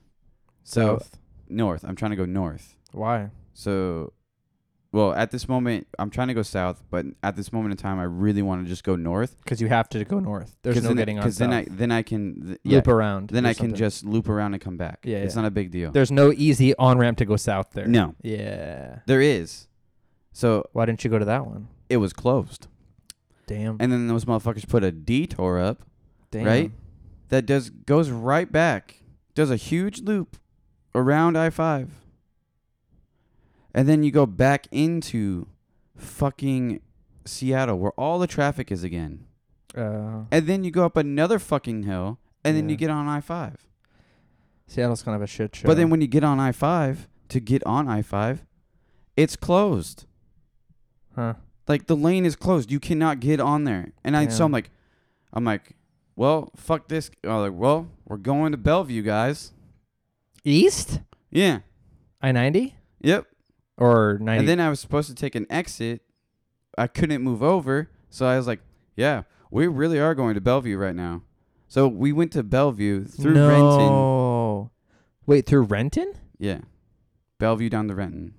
B: So
A: south.
B: north, I'm trying to go north.
A: Why?
B: So, well, at this moment, I'm trying to go south, but at this moment in time, I really want to just go north.
A: Because you have to go north. There's
B: 'cause
A: no
B: then I-
A: getting on.
B: Cause then I
A: south.
B: then I can th- yeah,
A: loop around.
B: then
A: do
B: I can
A: something.
B: just loop around and come back.
A: Yeah,
B: it's
A: yeah.
B: not a big deal.
A: There's no easy on ramp to go south there.
B: No,
A: Yeah.
B: There is. So
A: Why didn't you go to that one?
B: it was closed.
A: Damn.
B: And then those motherfuckers put a detour up
A: Damn.
B: right? that does goes right back, does a huge loop around I five. And then you go back into fucking Seattle where all the traffic is again.
A: Uh,
B: And then you go up another fucking hill and then
A: Yeah.
B: you get on I five.
A: Seattle's kind of a shit show.
B: But then when you get on I five to get on I five, it's closed.
A: huh?
B: like the lane is closed. You cannot get on there. And I so
A: Yeah.
B: I'm like, I'm like, well, fuck this. I'm like, well, we're going to Bellevue, guys.
A: East
B: Yeah.
A: I ninety
B: Yep.
A: or ninety.
B: And then I was supposed to take an exit. I couldn't move over, so I was like, yeah, we really are going to Bellevue right now. So we went to Bellevue through
A: no.
B: Renton.
A: Wait, through Renton?
B: Yeah. Bellevue down to Renton.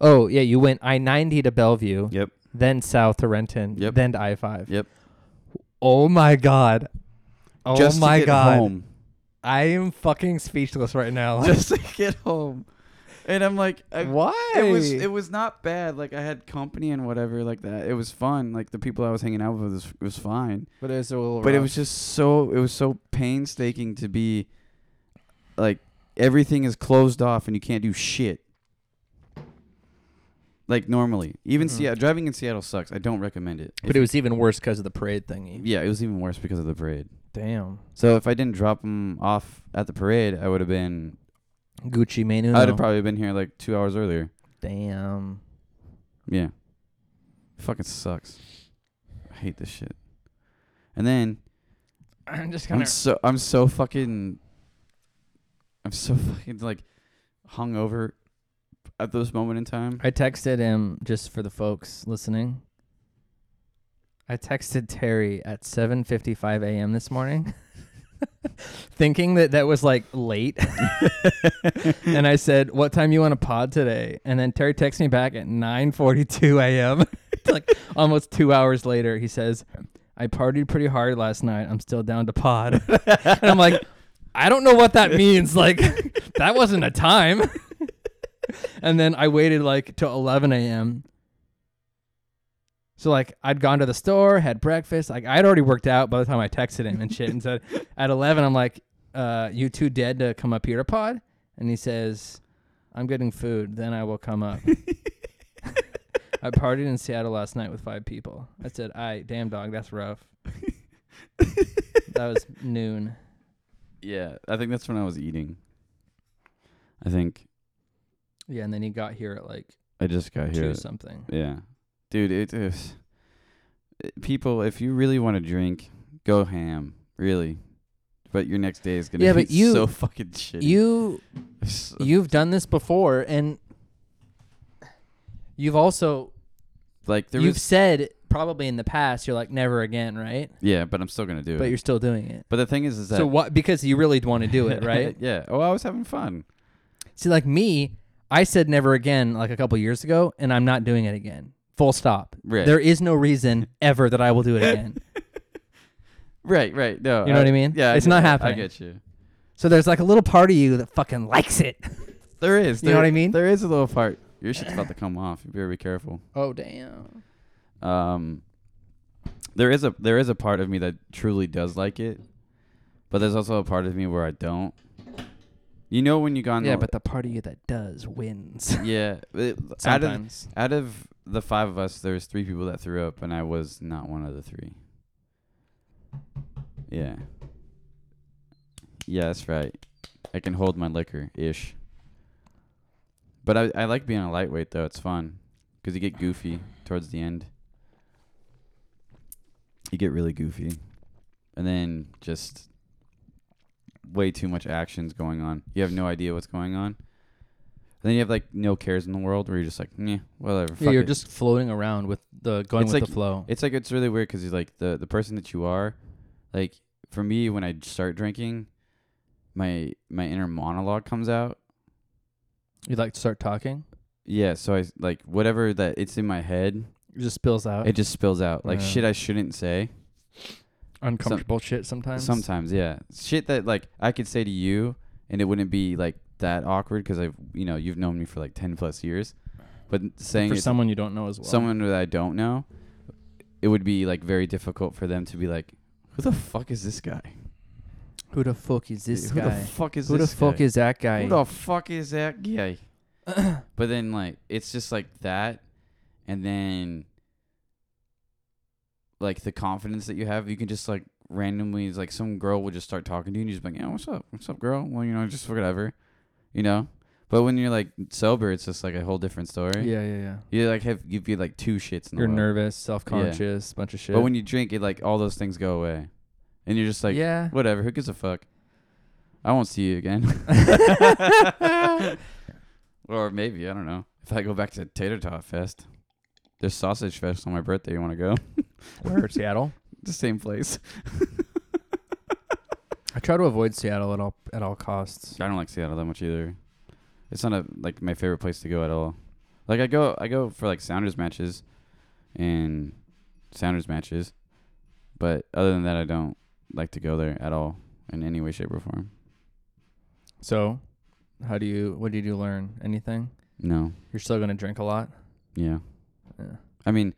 A: Oh yeah, you went I ninety to Bellevue.
B: Yep.
A: Then south to Renton.
B: Yep.
A: Then to I five.
B: Yep.
A: Oh my god. Oh
B: Just to
A: my
B: get
A: god.
B: home.
A: I am fucking speechless right now.
B: Just to get home. And I'm like, I,
A: Why?
B: it was it was not bad. Like I had company and whatever like that. It was fun. Like the people I was hanging out with was was fine.
A: but it was a little.
B: But it was just so it was so painstaking to be like everything is closed off and you can't do shit. Like normally. Even
A: Mhm.
B: Seattle driving in Seattle sucks. I don't recommend it.
A: But it was even worse because of the parade thingy.
B: Yeah, it was even worse because of the parade.
A: Damn.
B: So if I didn't drop them off at the parade, I would have been
A: Gucci Mane. Uno.
B: I'd have probably been here like 2 hours earlier.
A: Damn.
B: Yeah. Fucking sucks. I hate this shit. And then
A: I'm just
B: I'm so I'm so fucking I'm so fucking like hungover at this moment in time.
A: I texted him just for the folks listening. I texted Terry at 7:55 a.m. this morning, thinking that that was like late, and I said, "What time you want to pod today?" And then Terry texts me back at 9:42 a.m. It's like almost two hours later. He says, "I partied pretty hard last night. I'm still down to pod." and I'm like, "I don't know what that means. Like, that wasn't a time." and then I waited like till 11 a.m. So like I'd gone to the store, had breakfast. Like I'd already worked out by the time I texted him and shit, and said at 11 I'm like, uh, "You too dead to come up here to pod?" And he says, "I'm getting food. Then I will come up." I partied in Seattle last night with five people. I said, "I damn dog, that's rough." that was noon.
B: Yeah, I think that's when I was eating. I think
A: Yeah, and then he got here at like
B: I just got here.
A: two something.
B: Yeah, dude, it is. People, if you really want to drink, go ham, really. But your next day is gonna
A: Yeah,
B: be
A: but you-
B: so fucking shitty.
A: You
B: So-
A: you've done this before, and you've also
B: like there
A: you've
B: was,
A: said probably in the past you're like never again, right?
B: yeah, but I'm still gonna do
A: But
B: it.
A: you're still doing it.
B: but the thing is, is that
A: So what? Because you really want to do it, right?
B: yeah. Oh, I was having fun.
A: See, like me, I said never again like a couple years ago, and I'm not doing it again. Full stop.
B: Right.
A: There is no reason ever that I will do it again.
B: Right, right. No,
A: You know what I mean?
B: Yeah,
A: It's
B: get-
A: not
B: I
A: happening.
B: get you.
A: So there's like a little part of you that fucking likes it.
B: There is.
A: You know
B: there-
A: what I mean?
B: There is a little part. Your shit's about to come off. You better be careful.
A: Oh damn.
B: Um, there is a there is a part of me that truly does like it, but there's also a part of me where I don't. You know when you gone
A: Yeah, but the part of you that does wins.
B: yeah it- out of
A: Sometimes.
B: out of the five of us, there was three people that threw up, and I was not one of the three. Yeah. Yeah, that's right. I can hold my liquor ish. But I I like being a lightweight though. It's fun because you get goofy towards the end. You get really goofy, and then just way too much actions going on. You have no idea what's going on. And then you have like no cares in the world, where you're just like, yeah, whatever.
A: Yeah,
B: fuck
A: you're
B: it."
A: just floating around with the going
B: It's
A: with
B: like-
A: the flow.
B: It's like it's really weird because like the the person that you are, like for me when I j- start drinking, my my inner monologue comes out.
A: You'd like to start talking,
B: Yeah, so I s- like whatever that it's in my head,
A: it just spills out.
B: it just spills out like
A: Uh, Yeah.
B: shit I shouldn't say.
A: Uncomfortable shit sometimes.
B: Sometimes, yeah, shit that like I could say to you and it wouldn't be like that awkward because I've you know you've known me for like ten plus years, but saying
A: for
B: it to
A: someone you don't know as well.
B: someone that I don't know, it would be like very difficult for them to be like, who the fuck is this guy?
A: who the fuck is this
B: who
A: guy?
B: the fuck is
A: who the
B: this
A: fuck
B: guy?
A: is that guy?
B: who the fuck is that guy? but then like it's just like that, and then like the confidence that you have, you can just like randomly like some girl will just start talking to you and you just be like, yeah, what's up, what's up, girl? Well, you know, just whatever, you know. But when you're like sober, it's just like a whole different story.
A: yeah, yeah, yeah.
B: You like have you be like two shits in the
A: You're
B: world.
A: nervous, self-conscious, bunch of shit.
B: But when you drink, it like all those things go away, and you're just like,
A: yeah,
B: whatever. Who gives a fuck? I won't see you again. or maybe I don't know. If I go back to Tater Tot Fest, there's Sausage Fest on my birthday. You want to go?
A: where Seattle?
B: the same place.
A: I try to avoid Seattle at all at all costs.
B: I don't like Seattle that much either. It's not a like my favorite place to go at all. Like I go, I go for like Sounders matches, and Sounders matches, but other than that, I don't like to go there at all in any way, shape, or form.
A: So, how do you? What did you learn? Anything?
B: No.
A: You're still gonna drink a lot.
B: Yeah.
A: Yeah.
B: I mean,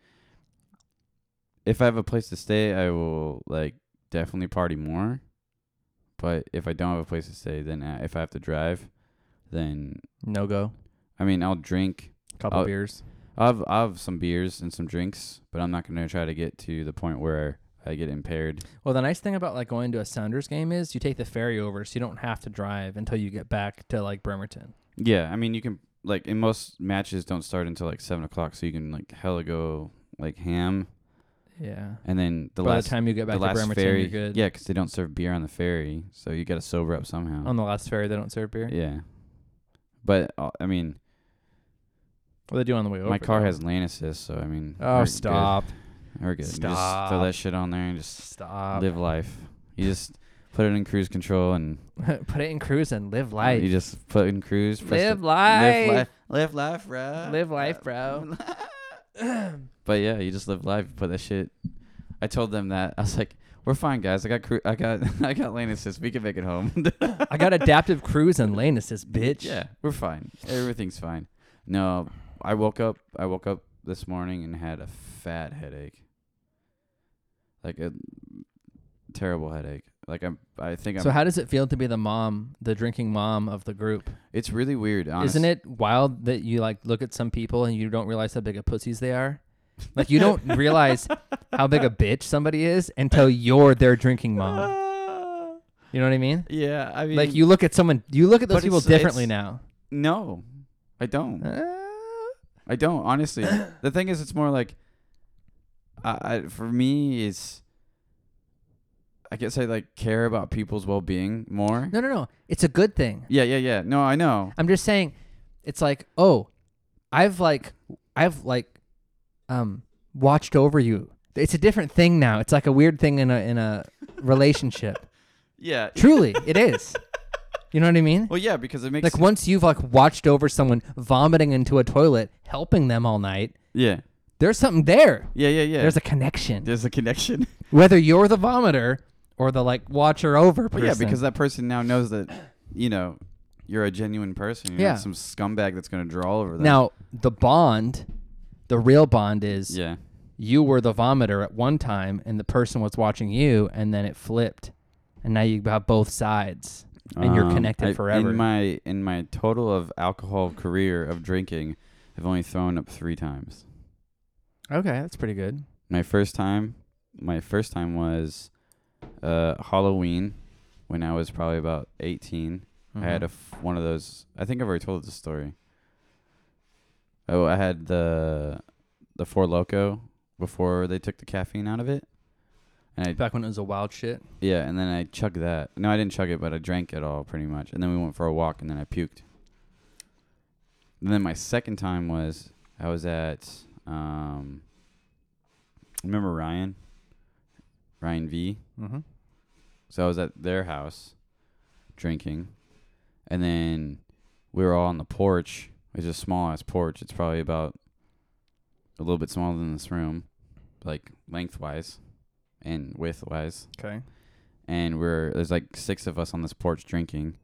B: if I have a place to stay, I will like definitely party more. But if I don't have a place to stay, then I, if I have to drive, then
A: No go.
B: I mean I'll drink.
A: Couple
B: Oh.
A: beers.
B: I'll have, I'll have some beers and some drinks, but I'm not gonna try to get to the point where I get impaired.
A: Well, the nice thing about like going to a Sounders game is you take the ferry over, so you don't have to drive until you get back to like Bremerton.
B: Yeah, I mean you can like in most matches don't start until like seven o'clock, so you can like hella go like ham,
A: Yeah.
B: and then the
A: By
B: last
A: the time you get back
B: the
A: to
B: last
A: Bremerton,
B: ferry,
A: you're good.
B: yeah, because they don't serve beer on the ferry, so you gotta sober up somehow.
A: On the last ferry, they don't serve beer.
B: Yeah. But uh, I mean,
A: Well, they do on the way over.
B: my car
A: though.
B: has lane assist, so I mean,
A: Oh,
B: we're good.
A: stop!
B: We're good. You just throw
A: Stop.
B: that shit on there and just
A: Stop.
B: live life. You just put it in cruise control and
A: Put it in cruise and live
B: Oh, you
A: life.
B: just put in cruise. press
A: Live
B: the-
A: life.
B: live life, live life, Uh, bro.
A: Live life, bro.
B: But yeah, you just live life. Put that shit I told them that I was like, "We're fine, guys. I got cru- I got I got lane assist. We can make it home."
A: I got adaptive cruise and lane assist, bitch.
B: Yeah, we're fine. Everything's fine. No, I woke up. I woke up this morning and had a fat headache. Like a terrible headache. Like I'm. I think I'm.
A: So how does it feel to be the mom, the drinking mom of the group?
B: it's really weird. Honestly.
A: Isn't it wild that you like look at some people and you don't realize how big of pussies they are? Like you don't realize how big a bitch somebody is until you're their drinking mom.
B: Uh,
A: You know what I mean?
B: Ah. yeah, I mean,
A: Like you look at someone, you look at those
B: But
A: people
B: it's- it's-
A: differently now.
B: No, I don't.
A: Uh,
B: I don't honestly. the thing is, it's more like, I, I for me is, I guess I like care about people's well being more.
A: No, no, no. It's a good thing.
B: Yeah, yeah, yeah. No, I know.
A: I'm just saying, it's like, oh, I've like, I've like, um, watched over you. It's a different thing now. It's like a weird thing in a in a relationship.
B: Yeah.
A: Truly, it is. You know what I mean?
B: Well, yeah, because it makes
A: Like once you've like watched over someone vomiting into a toilet, helping them all night,
B: yeah,
A: there's something there.
B: yeah, yeah, yeah.
A: There's a connection.
B: there's a connection.
A: Whether you're the vomiter or the like watcher over
B: But
A: person.
B: yeah, because that person now knows that you know you're a genuine person. You're
A: Yeah.
B: not some scumbag that's gonna draw over them.
A: now the bond, the real bond is
B: Yeah.
A: you were the vomiter at one time and the person was watching you and then it flipped and now you have both sides and you're
B: Um,
A: connected
B: I-
A: forever
B: In my in my total of alcohol career of drinking, I've only thrown up three times.
A: okay that's pretty good
B: my first time my first time was uh halloween when i was probably about 18
A: Mm-hmm.
B: i had a f- one of those i think i've already told this story oh i had the the four loco before they took the caffeine out of it and i
A: back when it was a wild shit
B: yeah and then i chugged that no i didn't chug it but i drank it all pretty much and then we went for a walk and then i puked and then my second time was i was at um remember ryan ryan v
A: mm-hmm.
B: so I was at their house drinking, and then we were all on the porch. It's a small ass porch. It's probably about a little bit smaller than this room, like lengthwise and widthwise.
A: okay
B: And we're there's like six of us on this porch drinking,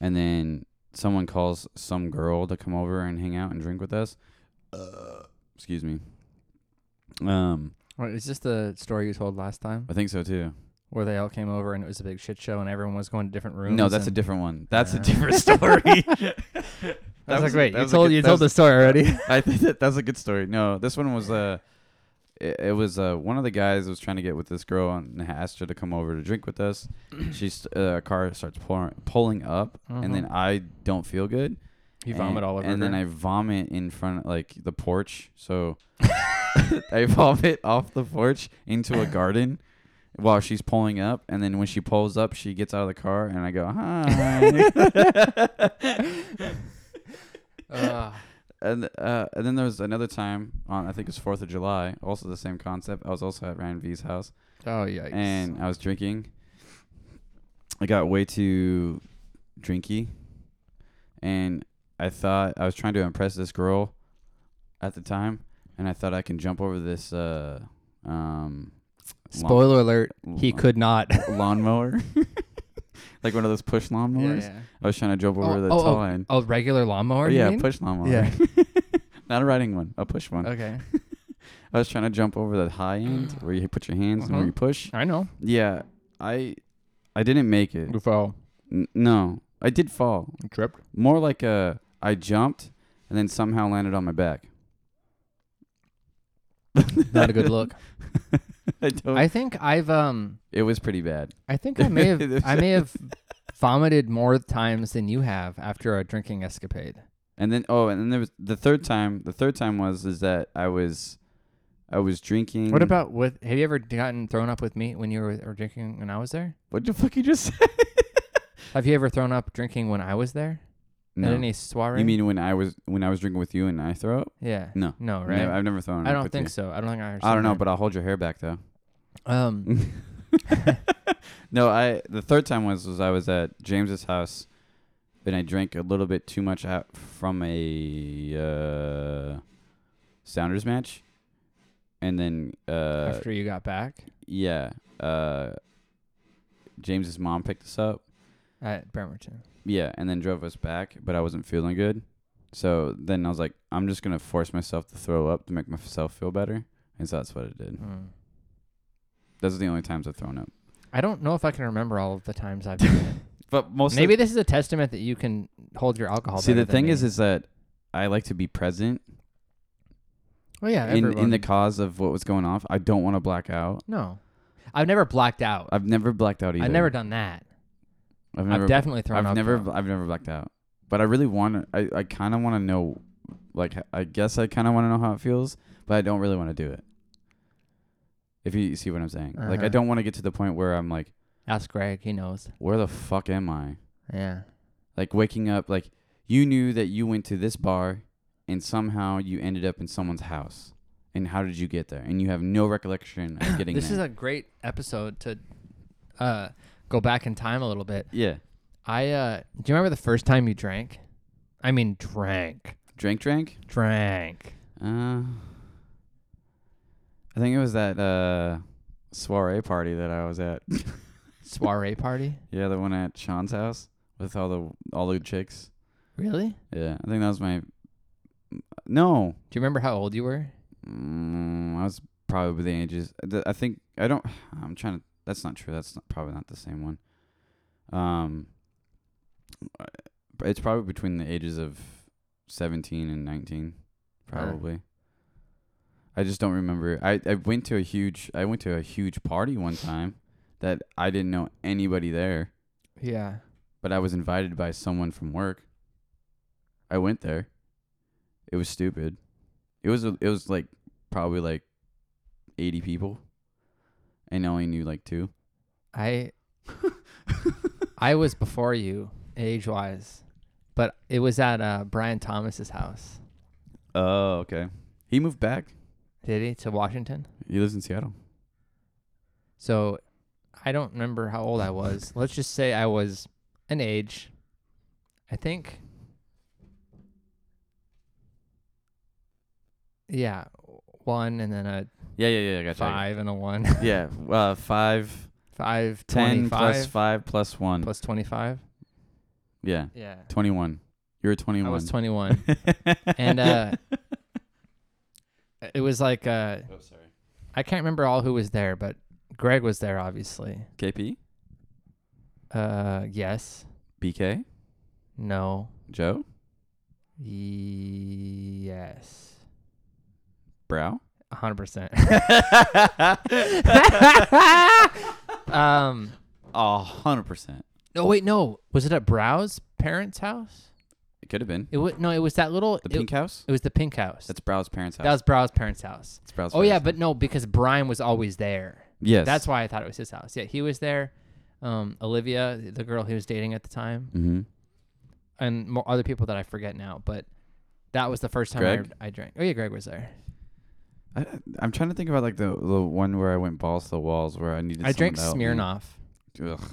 B: and then someone calls some girl to come over and hang out and drink with us. Uh, excuse me. Um,
A: All right, is this the story you told last time
B: I think so too.
A: where they all came over and it was a big shit show and everyone was going to different rooms
B: no, that's a
A: and-
B: different one. That's a
A: Uh.
B: different story.
A: I was
B: was
A: like
B: a-
A: wait
B: that
A: you
B: was a
A: told
B: good-
A: you
B: that
A: told the
B: was-
A: story already
B: I think that that's a good story. No, this one was uh, it, it was uh one of the guys was trying to get with this girl and asked her to come over to drink with us. She's uh, a car starts pouring, pulling up, and then
A: Mhm.
B: I don't feel good.
A: you vomit
B: and,
A: all over
B: and then
A: her.
B: I vomit in front of like the porch. So I vomit off the porch into a garden. While she's pulling up, and then when she pulls up, she gets out of the car, and I go, "Hi."
A: Ugh.
B: and uh, and then there was another time on I think it was Fourth of July, also the same concept. I was also at Ryan V's house,
A: oh yikes
B: and I was drinking. I got way too drinky, and I thought I was trying to impress this girl at the time, and I thought I can jump over this uh um
A: spoiler alert
B: lawn,
A: he could not
B: lawnmower, like one of those push lawnmowers. I was trying to jump over
A: Oh,
B: the
A: oh,
B: tall end.
A: a regular lawnmower you
B: yeah,
A: mean?
B: push lawnmower.
A: Yeah.
B: Not a riding one, a push one.
A: okay
B: I was trying to jump over that high end where you put your hands and where
A: Mm. Uh-huh.
B: you push.
A: i know
B: Yeah, I I didn't make it.
A: you fell
B: N- no, I did fall.
A: you tripped
B: More like a I jumped and then somehow landed on my back.
A: not a good look
B: I don't,
A: I think I've um
B: it was pretty bad.
A: I think I may have I may have vomited more times than you have after a drinking escapade.
B: And then oh, and then there was the third time. The third time was is that I was I was drinking.
A: What about with have you ever gotten thrown up with me when you were or drinking when I was there?
B: what the fuck you just said?
A: Have you ever thrown up drinking when I was there? At any soiree?
B: You mean when I was when I was drinking with you and I throw up?
A: Yeah.
B: No.
A: No,
B: No,
A: right?
B: I've never thrown.
A: I
B: up
A: don't
B: with
A: think
B: you.
A: so. I don't think I understand.
B: I don't know, mm, but I'll hold your hair back though.
A: but um
B: no, I the third time was was I was at James's house, and I drank a little bit too much out from a uh, Sounders match, and then uh,
A: after you got back
B: yeah, uh, James's mom picked us up.
A: at Bremerton.
B: Yeah, and then drove us back, but I wasn't feeling good. So then I was like, I'm just gonna force myself to throw up to make myself feel better, and so that's what I did.
A: Mm.
B: Those are the only times I've thrown up.
A: I don't know if I can remember all of the times I've done it.
B: But most
A: Maybe this is a testament that you can hold your alcohol.
B: see
A: better
B: the
A: than
B: thing
A: me.
B: is, is that I like to be present
A: well, Oh, yeah,
B: in in the
A: everyone-
B: cause of what was going off. I don't want to black out.
A: no, I've never blacked out.
B: I've never blacked out either.
A: I've never done that.
B: I've
A: I've
B: never.
A: definitely thrown
B: I've
A: up.
B: never.
A: though.
B: I've never blacked out. But I really want. to. I I kind of want to know. Like h- I guess I kind of want to know how it feels, but I don't really want to do it. If you see what I'm saying, like I
A: Uh-huh.
B: don't want to get to the point where I'm like.
A: Ask Greg. He knows.
B: where the fuck am I?
A: Yeah.
B: Like waking up, like you knew that you went to this bar and somehow you ended up in someone's house. And how did you get there? And you have no recollection of getting
A: This
B: there.
A: is a great episode to uh, go back in time a little bit.
B: yeah.
A: I uh, do you remember the first time you drank? I mean, drank,
B: Drank, drank.
A: drank.
B: Uh, I think it was that uh, soiree party that I was at.
A: Soiree party.
B: yeah, the one at Sean's house with all the all the chicks.
A: Really?
B: Yeah, I think that was my. No,
A: Do you remember how old you were?
B: Mm, I was probably the ages. th- I think I don't. I'm trying to. That's not true. That's not, probably not the same one. Um, uh, it's probably between the ages of seventeen and nineteen,
A: Huh.
B: probably. I just don't remember. I, I went to a huge I went to a huge party one time that I didn't know anybody there,
A: Yeah.
B: but I was invited by someone from work. I went there. It was stupid. It was a, it was like probably like 80 people. And I only knew like two.
A: I I was before you age wise, but it was at uh, Brian Thomas's house.
B: Oh, okay. He moved back.
A: Did he to Washington?
B: He lives in Seattle.
A: So I don't remember how old I was. Let's just say I was an age. I think. Yeah, one and then a
B: Yeah, yeah, yeah, I got
A: five and a one.
B: You. Yeah, uh 5
A: five,
B: 10 plus
A: 25,
B: 5 plus 1.
A: plus 25.
B: yeah,
A: Yeah.
B: 21. You're 21.
A: I was 21. and uh, it was like, uh,
B: oh, sorry.
A: I can't remember all who was there, but Greg was there, obviously.
B: KP?
A: Uh, yes.
B: BK?
A: No.
B: Joe?
A: Yes.
B: Brow?
A: A hundred percent. Um.
B: A hundred percent.
A: No, wait, no. Was it at Brow's parents' house?
B: It could have been
A: It was no. It was that little.
B: the
A: it,
B: pink house.
A: it was the pink house.
B: That's Brow's parents' house.
A: that was Brow's parents' house.
B: That's Brow's
A: oh yeah,
B: parents'
A: but no, because Brian was always there.
B: house. yes,
A: That's why I thought it was his house. Yeah, he was there. Um, Olivia, the girl he was dating at the time,
B: Mm-hmm.
A: and more other people that I forget now. But that was the first time
B: Greg?
A: I, I drank. Oh yeah, Greg was there.
B: I, I'm trying to think about like the the one where I went balls to the walls where I needed.
A: I drank
B: someone to help me.
A: Smirnoff.
B: Ugh.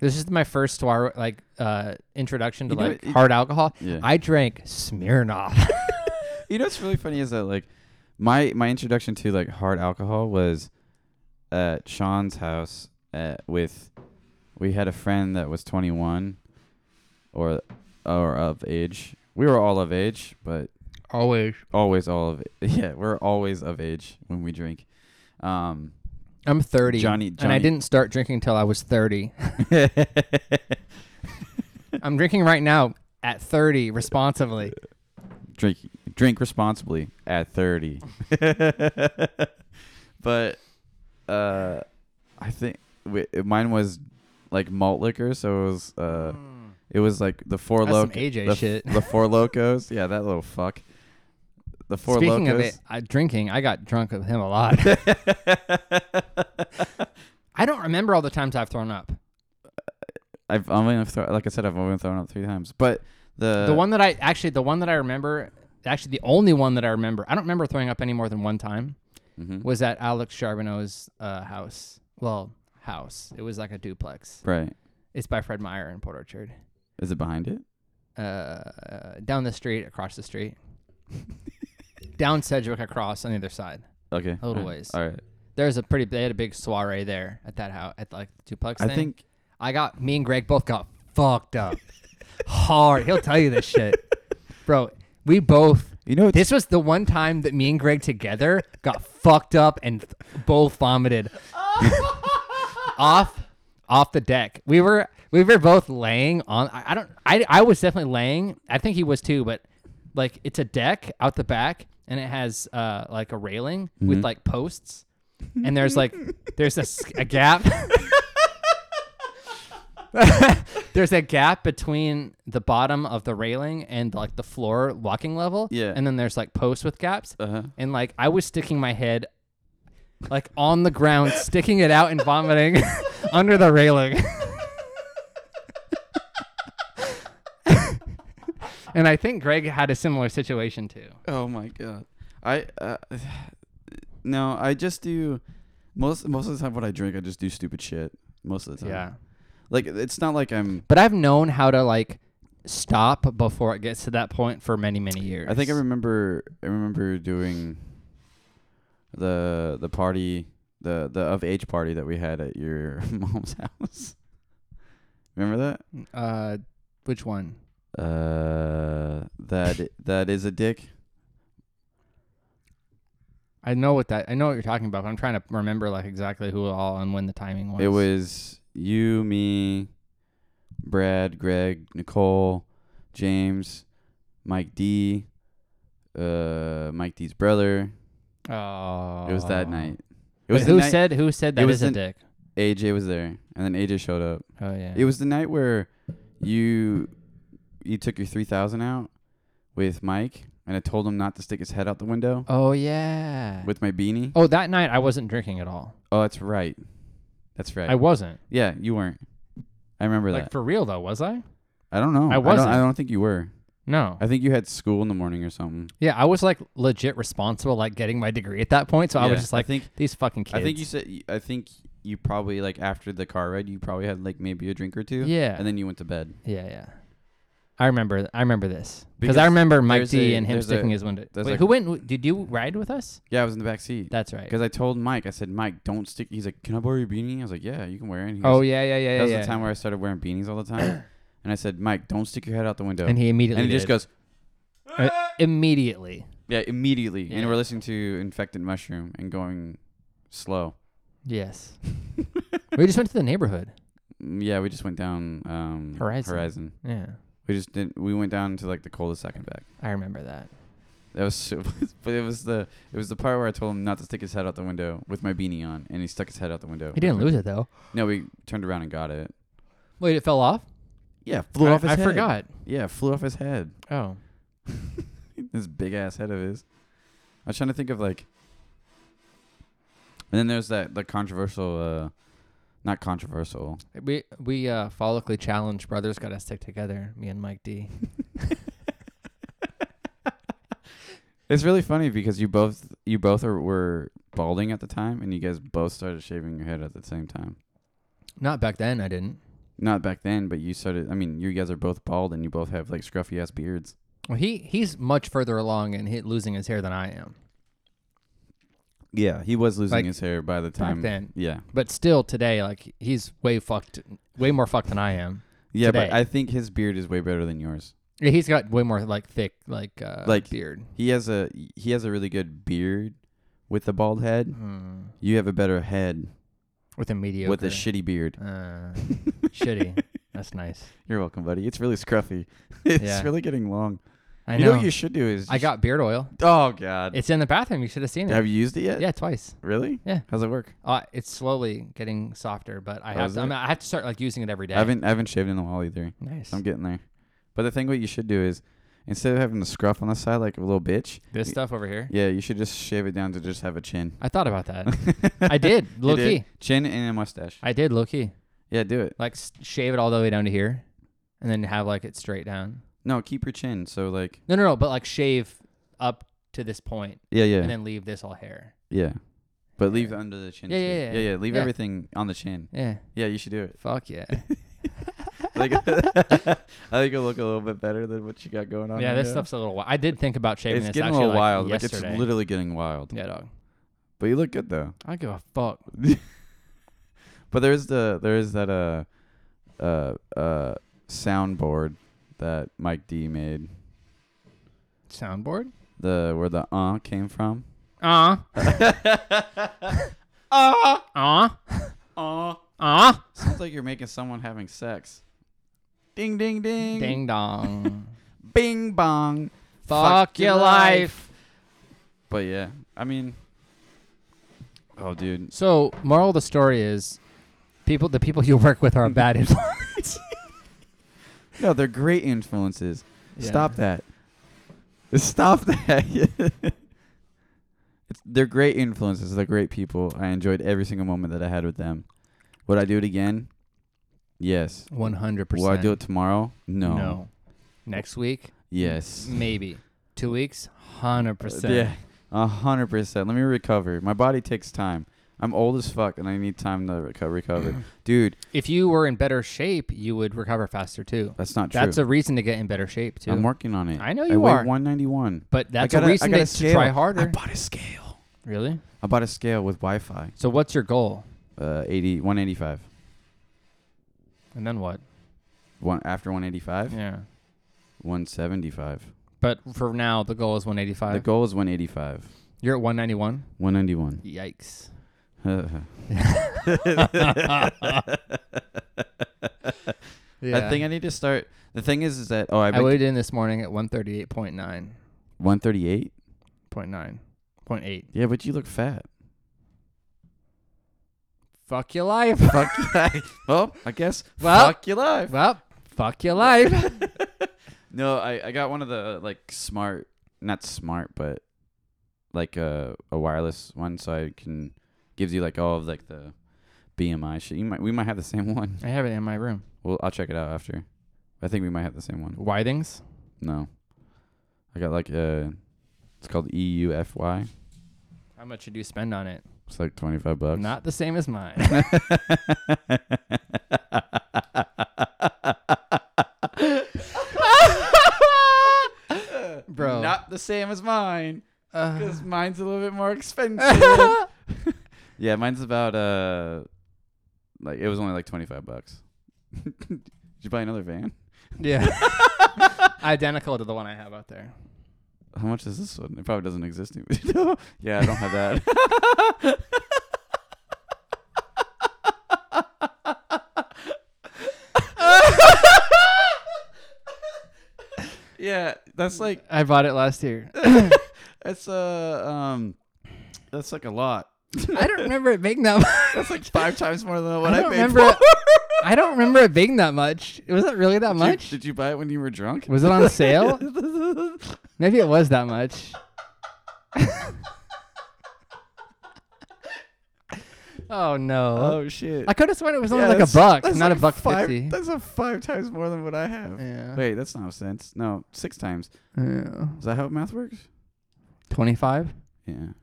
A: This is my first soir- like uh, introduction to
B: You know,
A: like
B: it-
A: hard alcohol.
B: Yeah.
A: I drank Smirnoff.
B: you know what's really funny is that like my my introduction to like hard alcohol was at Sean's house at, with we had a friend that was 21 or or of age. We were all of age, but
A: Always.
B: always all of yeah, we're always of age when we drink. Um,
A: I'm 30.
B: Johnny-
A: And I
B: Johnny-
A: didn't start drinking until I was 30. I'm drinking right now at 30 responsibly.
B: drink drink responsibly at 30 but uh i think wi- mine was like malt liquor so it was uh it was like the four
A: Mm. That's some
B: locos
A: AJ
B: the,
A: shit.
B: the four locos yeah that little fuck the four
A: Speaking
B: locos
A: of it, I, drinking, I got drunk with him a lot. I don't remember all the times I've thrown up.
B: i've only thrown, like i said i've only thrown up three times but the
A: the one that I actually, the one that I remember, actually, the only one that I remember, I don't remember throwing up any more than one time.
B: Mhm.
A: was at Alex Charbonneau's uh, house. Well, house. It was like a duplex.
B: right
A: It's by Fred Meyer in Port Orchard.
B: is it behind it
A: Uh, down the street, across the street, down Sedgwick, across on the other side.
B: Okay.
A: A little
B: all right,
A: ways.
B: All right.
A: There's a pretty. They had a big soiree there at that house at like the duplex.
B: I
A: thing.
B: think
A: I got me and Greg both got fucked up hard. He'll tell you this shit, bro. We both.
B: you know. It's,
A: This was the one time that me and Greg together got fucked up and both vomited off off the deck. We were we were both laying on. I, I don't. I I was definitely laying. I think he was too. But like it's a deck out the back and it has uh like a railing with like posts and there's like there's a, s- a gap. there's a gap between the bottom of the railing and like the floor walking level.
C: Yeah.
A: And then there's like posts with gaps.
C: Uh
B: Uh-huh.
C: huh.
A: And like I was sticking my head like on the ground, sticking it out and vomiting under the railing. and I think Greg had a similar situation too.
C: Oh my god. I uh, no. I just do most most of the time when I drink, I just do stupid shit. Most of the time. Like it's not like I'm.
A: But I've known how to like stop before it gets to that point for many, many years.
B: I think I remember. I remember doing the the party the the of age party that we had at your mom's house. Remember that?
A: Uh, which one?
B: Uh, that that is a dick.
A: I know what that. I know what you're talking about. But I'm trying to remember like exactly who all and when the timing was.
B: It was you, me, Brad, Greg, Nicole, James, Mike D, uh, Mike D's brother.
A: Oh.
B: It was that night. It
A: Wait,
B: was the
A: who
B: night
A: said who said that
B: it was
A: is a
B: an-
A: dick?
B: AJ was there, and then AJ showed up.
A: Oh yeah.
B: It was the night where you you took your three thousand out with Mike, and I told him not to stick his head out the window
A: oh yeah.
B: with my beanie.
A: oh, that night I wasn't drinking at all.
B: Oh, that's right. That's right.
A: I wasn't.
B: yeah, you weren't. I remember
A: Like
B: that.
A: for real though, was I?
B: I don't know.
A: I
B: don't-
A: wasn't.
B: I don't think you were.
A: No.
B: I think you had school in the morning or something.
A: yeah, I was like legit responsible, like getting my degree at that point. So I
B: Yeah,
A: was just like,
B: I think
A: these fucking kids.
B: I think you said I think you probably like after the car ride you probably had like maybe a drink or two.
A: Yeah.
B: And then you went to bed.
A: Yeah, yeah. I remember. I remember this because I
B: Because
A: remember Mike
B: there's
A: D
B: a-
A: and him
B: there's a-
A: sticking his window. Wait,
B: there's like-
A: who went? Did you ride with us?
B: Yeah, I was in the back seat.
A: That's right.
B: Because I told Mike, I said, Mike, don't stick. He's like, can I borrow your beanie? I was like, yeah, you can wear it. And he
A: Oh
B: goes-
A: yeah, yeah, yeah.
B: That was
A: yeah.
B: the time where I started wearing beanies all the time. and I said, Mike, don't stick your head out the window.
A: and he
B: And
A: immediately
B: he just
A: did.
B: goes,
A: Uh, immediately.
B: yeah, immediately.
A: Yeah.
B: And we're listening to Infected Mushroom and going slow.
A: Yes. we just went to the neighborhood.
B: Mm, Yeah, we just went down um,
A: Horizon.
B: Horizon.
A: Yeah,
B: We just didn't. We went down to like the cul-de-sac and back.
A: I remember that.
B: That was, so, but it was the it was the part where I told him not to stick his head out the window with my beanie on, and he stuck his head out the window.
A: He didn't lose it though.
B: No, we turned around and got it.
A: Wait, it fell off.
B: Yeah, flew
A: I,
B: off his
A: I
B: head.
A: forgot.
B: Yeah, flew off his head.
A: Oh,
B: This big ass head of his. I was trying to think of like. And then there's that the controversial, uh, not controversial.
A: we we uh, follically challenged brothers got to stick together. Me and Mike D.
B: It's really funny because you both you both are, were balding at the time, and you guys both started shaving your head at the same time.
A: Not back then. I didn't.
B: Not back then, but you started. I mean, you guys are both bald, and you both have like scruffy ass beards.
A: Well, he he's much further along in hit losing his hair than I am.
B: Yeah, he was losing
A: Like,
B: his hair by the
A: back
B: time.
A: then.
B: Yeah,
A: But still, today, like he's way fucked, way more fucked than I am.
B: yeah,
A: Today.
B: but I think his beard is way better than yours.
A: Yeah, He's got way more like thick, like uh,
B: Like-
A: beard.
B: He has a he has a really good beard with a bald head.
A: Mm.
B: You have a better head
A: With a mediocre.
B: with a shitty beard.
A: Uh, shitty. That's nice.
B: You're welcome, buddy. It's really scruffy. it's
A: Yeah.
B: really getting long.
A: I
B: you
A: know.
B: what you should do is
A: I
B: just-
A: got beard oil.
B: Oh God,
A: It's in the bathroom. You should have seen it.
B: have you used it yet?
A: Yeah, twice.
B: Really?
A: Yeah.
B: How's it work?
A: Uh, it's slowly getting softer, but I
B: Oh,
A: have
B: is
A: to,
B: it?
A: I, mean, I have to start like using it every day.
B: I haven't I haven't shaved in a while either.
A: nice.
B: I'm getting there. But the thing what you should do is instead of having the scruff on the side like a little bitch,
A: this stuff over here.
B: yeah, you should just shave it down to just have a chin.
A: I thought about that. I did
B: You
A: low
B: did?
A: key.
B: Chin and a mustache.
A: I did low key.
B: Yeah, do it.
A: Like s- shave it all the way down to here, and then have like it straight down.
B: No, keep your chin. So like,
A: No, no, no. But like shave up to this point
B: yeah, yeah,
A: and then leave this all hair.
B: yeah. But leave
A: Yeah.
B: under the chin.
A: Yeah,
B: too.
A: yeah, yeah,
B: yeah, Leave
A: yeah.
B: everything on the chin.
A: Yeah.
B: Yeah, you should do it.
A: Fuck yeah.
B: Like, I think it'll look a little bit better than what you got going on.
A: yeah,
B: right
A: this
B: now.
A: stuff's a little wild. I did think about shaving
B: It's
A: this
B: getting a
A: actually
B: little
A: like
B: wild. Like it's
A: yesterday.
B: literally getting wild.
A: yeah, dog.
B: But you look good though.
A: I don't give a fuck.
B: But there is the there is that uh uh uh soundboard that Mike D made.
A: Soundboard?
B: The where the uh came from.
A: Uh. uh. Uh.
B: Uh
A: Uh.
B: sounds like you're making someone having sex. Ding ding ding.
A: Ding dong.
B: Bing bong.
A: fuck your life.
B: But yeah, I mean Oh dude.
A: So, moral of the story is, people, the people you work with are a bad influence.
B: No, they're great influences. Stop that. Stop that. it's, they're great influences. They're great people. I enjoyed every single moment that I had with them. Would I do it again? Yes.
A: One hundred
B: Will
A: percent.
B: I do it tomorrow? No.
A: No. Next week,
B: Yes.
A: maybe. Two weeks, hundred percent.
B: Yeah. A hundred percent. Let me recover. My body takes time. I'm old as fuck, and I need time to reco- recover. Dude,
A: If you were in better shape, you would recover faster too.
B: that's not true.
A: That's a reason to get in better shape too.
B: I'm working on it.
A: I know
B: I
A: you
B: weigh
A: are.
B: 191.
A: but that's
B: I gotta,
A: a reason
B: I gotta
A: to, to try
B: scale. I
A: harder.
B: bought a scale.
A: really?
B: I bought a scale with Wi-Fi.
A: So what's your goal?
B: Uh, 80, 185.
A: And then what?
B: One after 185,
A: Yeah.
B: 175.
A: But for now, the goal is
B: The
A: 185.
B: goal is 185.
A: You're at 191.
B: 191.
A: Yikes.
B: I think I need to start. The thing is, is that oh, I've
A: I
B: been
A: weighed in this morning at 138.9.
B: 138.
A: 0.9. 0.8.
B: Yeah, but you look fat.
A: Fuck your life.
B: Fuck you. well, I guess
A: Well-
B: fuck your life.
A: well, fuck your life.
B: No, I, I got one of the like smart, not smart, but like a a wireless one, so I can gives you like all of like the BMI shit. You might we might have the same one.
A: I have it in my room.
B: Well, I'll check it out after. I think we might have the same one.
A: Widings?
B: No, I got like uh, it's called E EUFY.
A: How much did you spend on it?
B: It's like twenty five bucks.
A: Not the same as mine. Bro.
B: Not the same as mine.
A: Uh,
B: Because mine's a little bit more expensive. yeah, mine's about uh like it was only like twenty five bucks. Did you buy another van?
A: yeah. Identical to the one I have out there.
B: How much is this one? It probably doesn't exist anymore. yeah, I don't have that. yeah, that's like
A: I bought it last year.
B: that's uh um that's like a lot.
A: I don't remember it being that much.
B: That's like five times more than what
A: I
B: I,
A: don't
B: paid
A: remember
B: for.
A: it- I don't remember it being that much. Was it really that
B: Did you-
A: much?
B: Did you buy it when you were drunk?
A: Was it on sale? Maybe it was that much. oh no.
B: Oh shit!
A: I could have sworn it was only
B: Yeah,
A: like a
B: that's-
A: buck,
B: that's
A: not
B: like
A: a buck
B: five,
A: fifty.
B: That's a five times more than what I have.
A: Yeah.
B: Wait, that's not sense. No, six times.
A: yeah.
B: Is that how math works?
A: Twenty-five.
B: Yeah,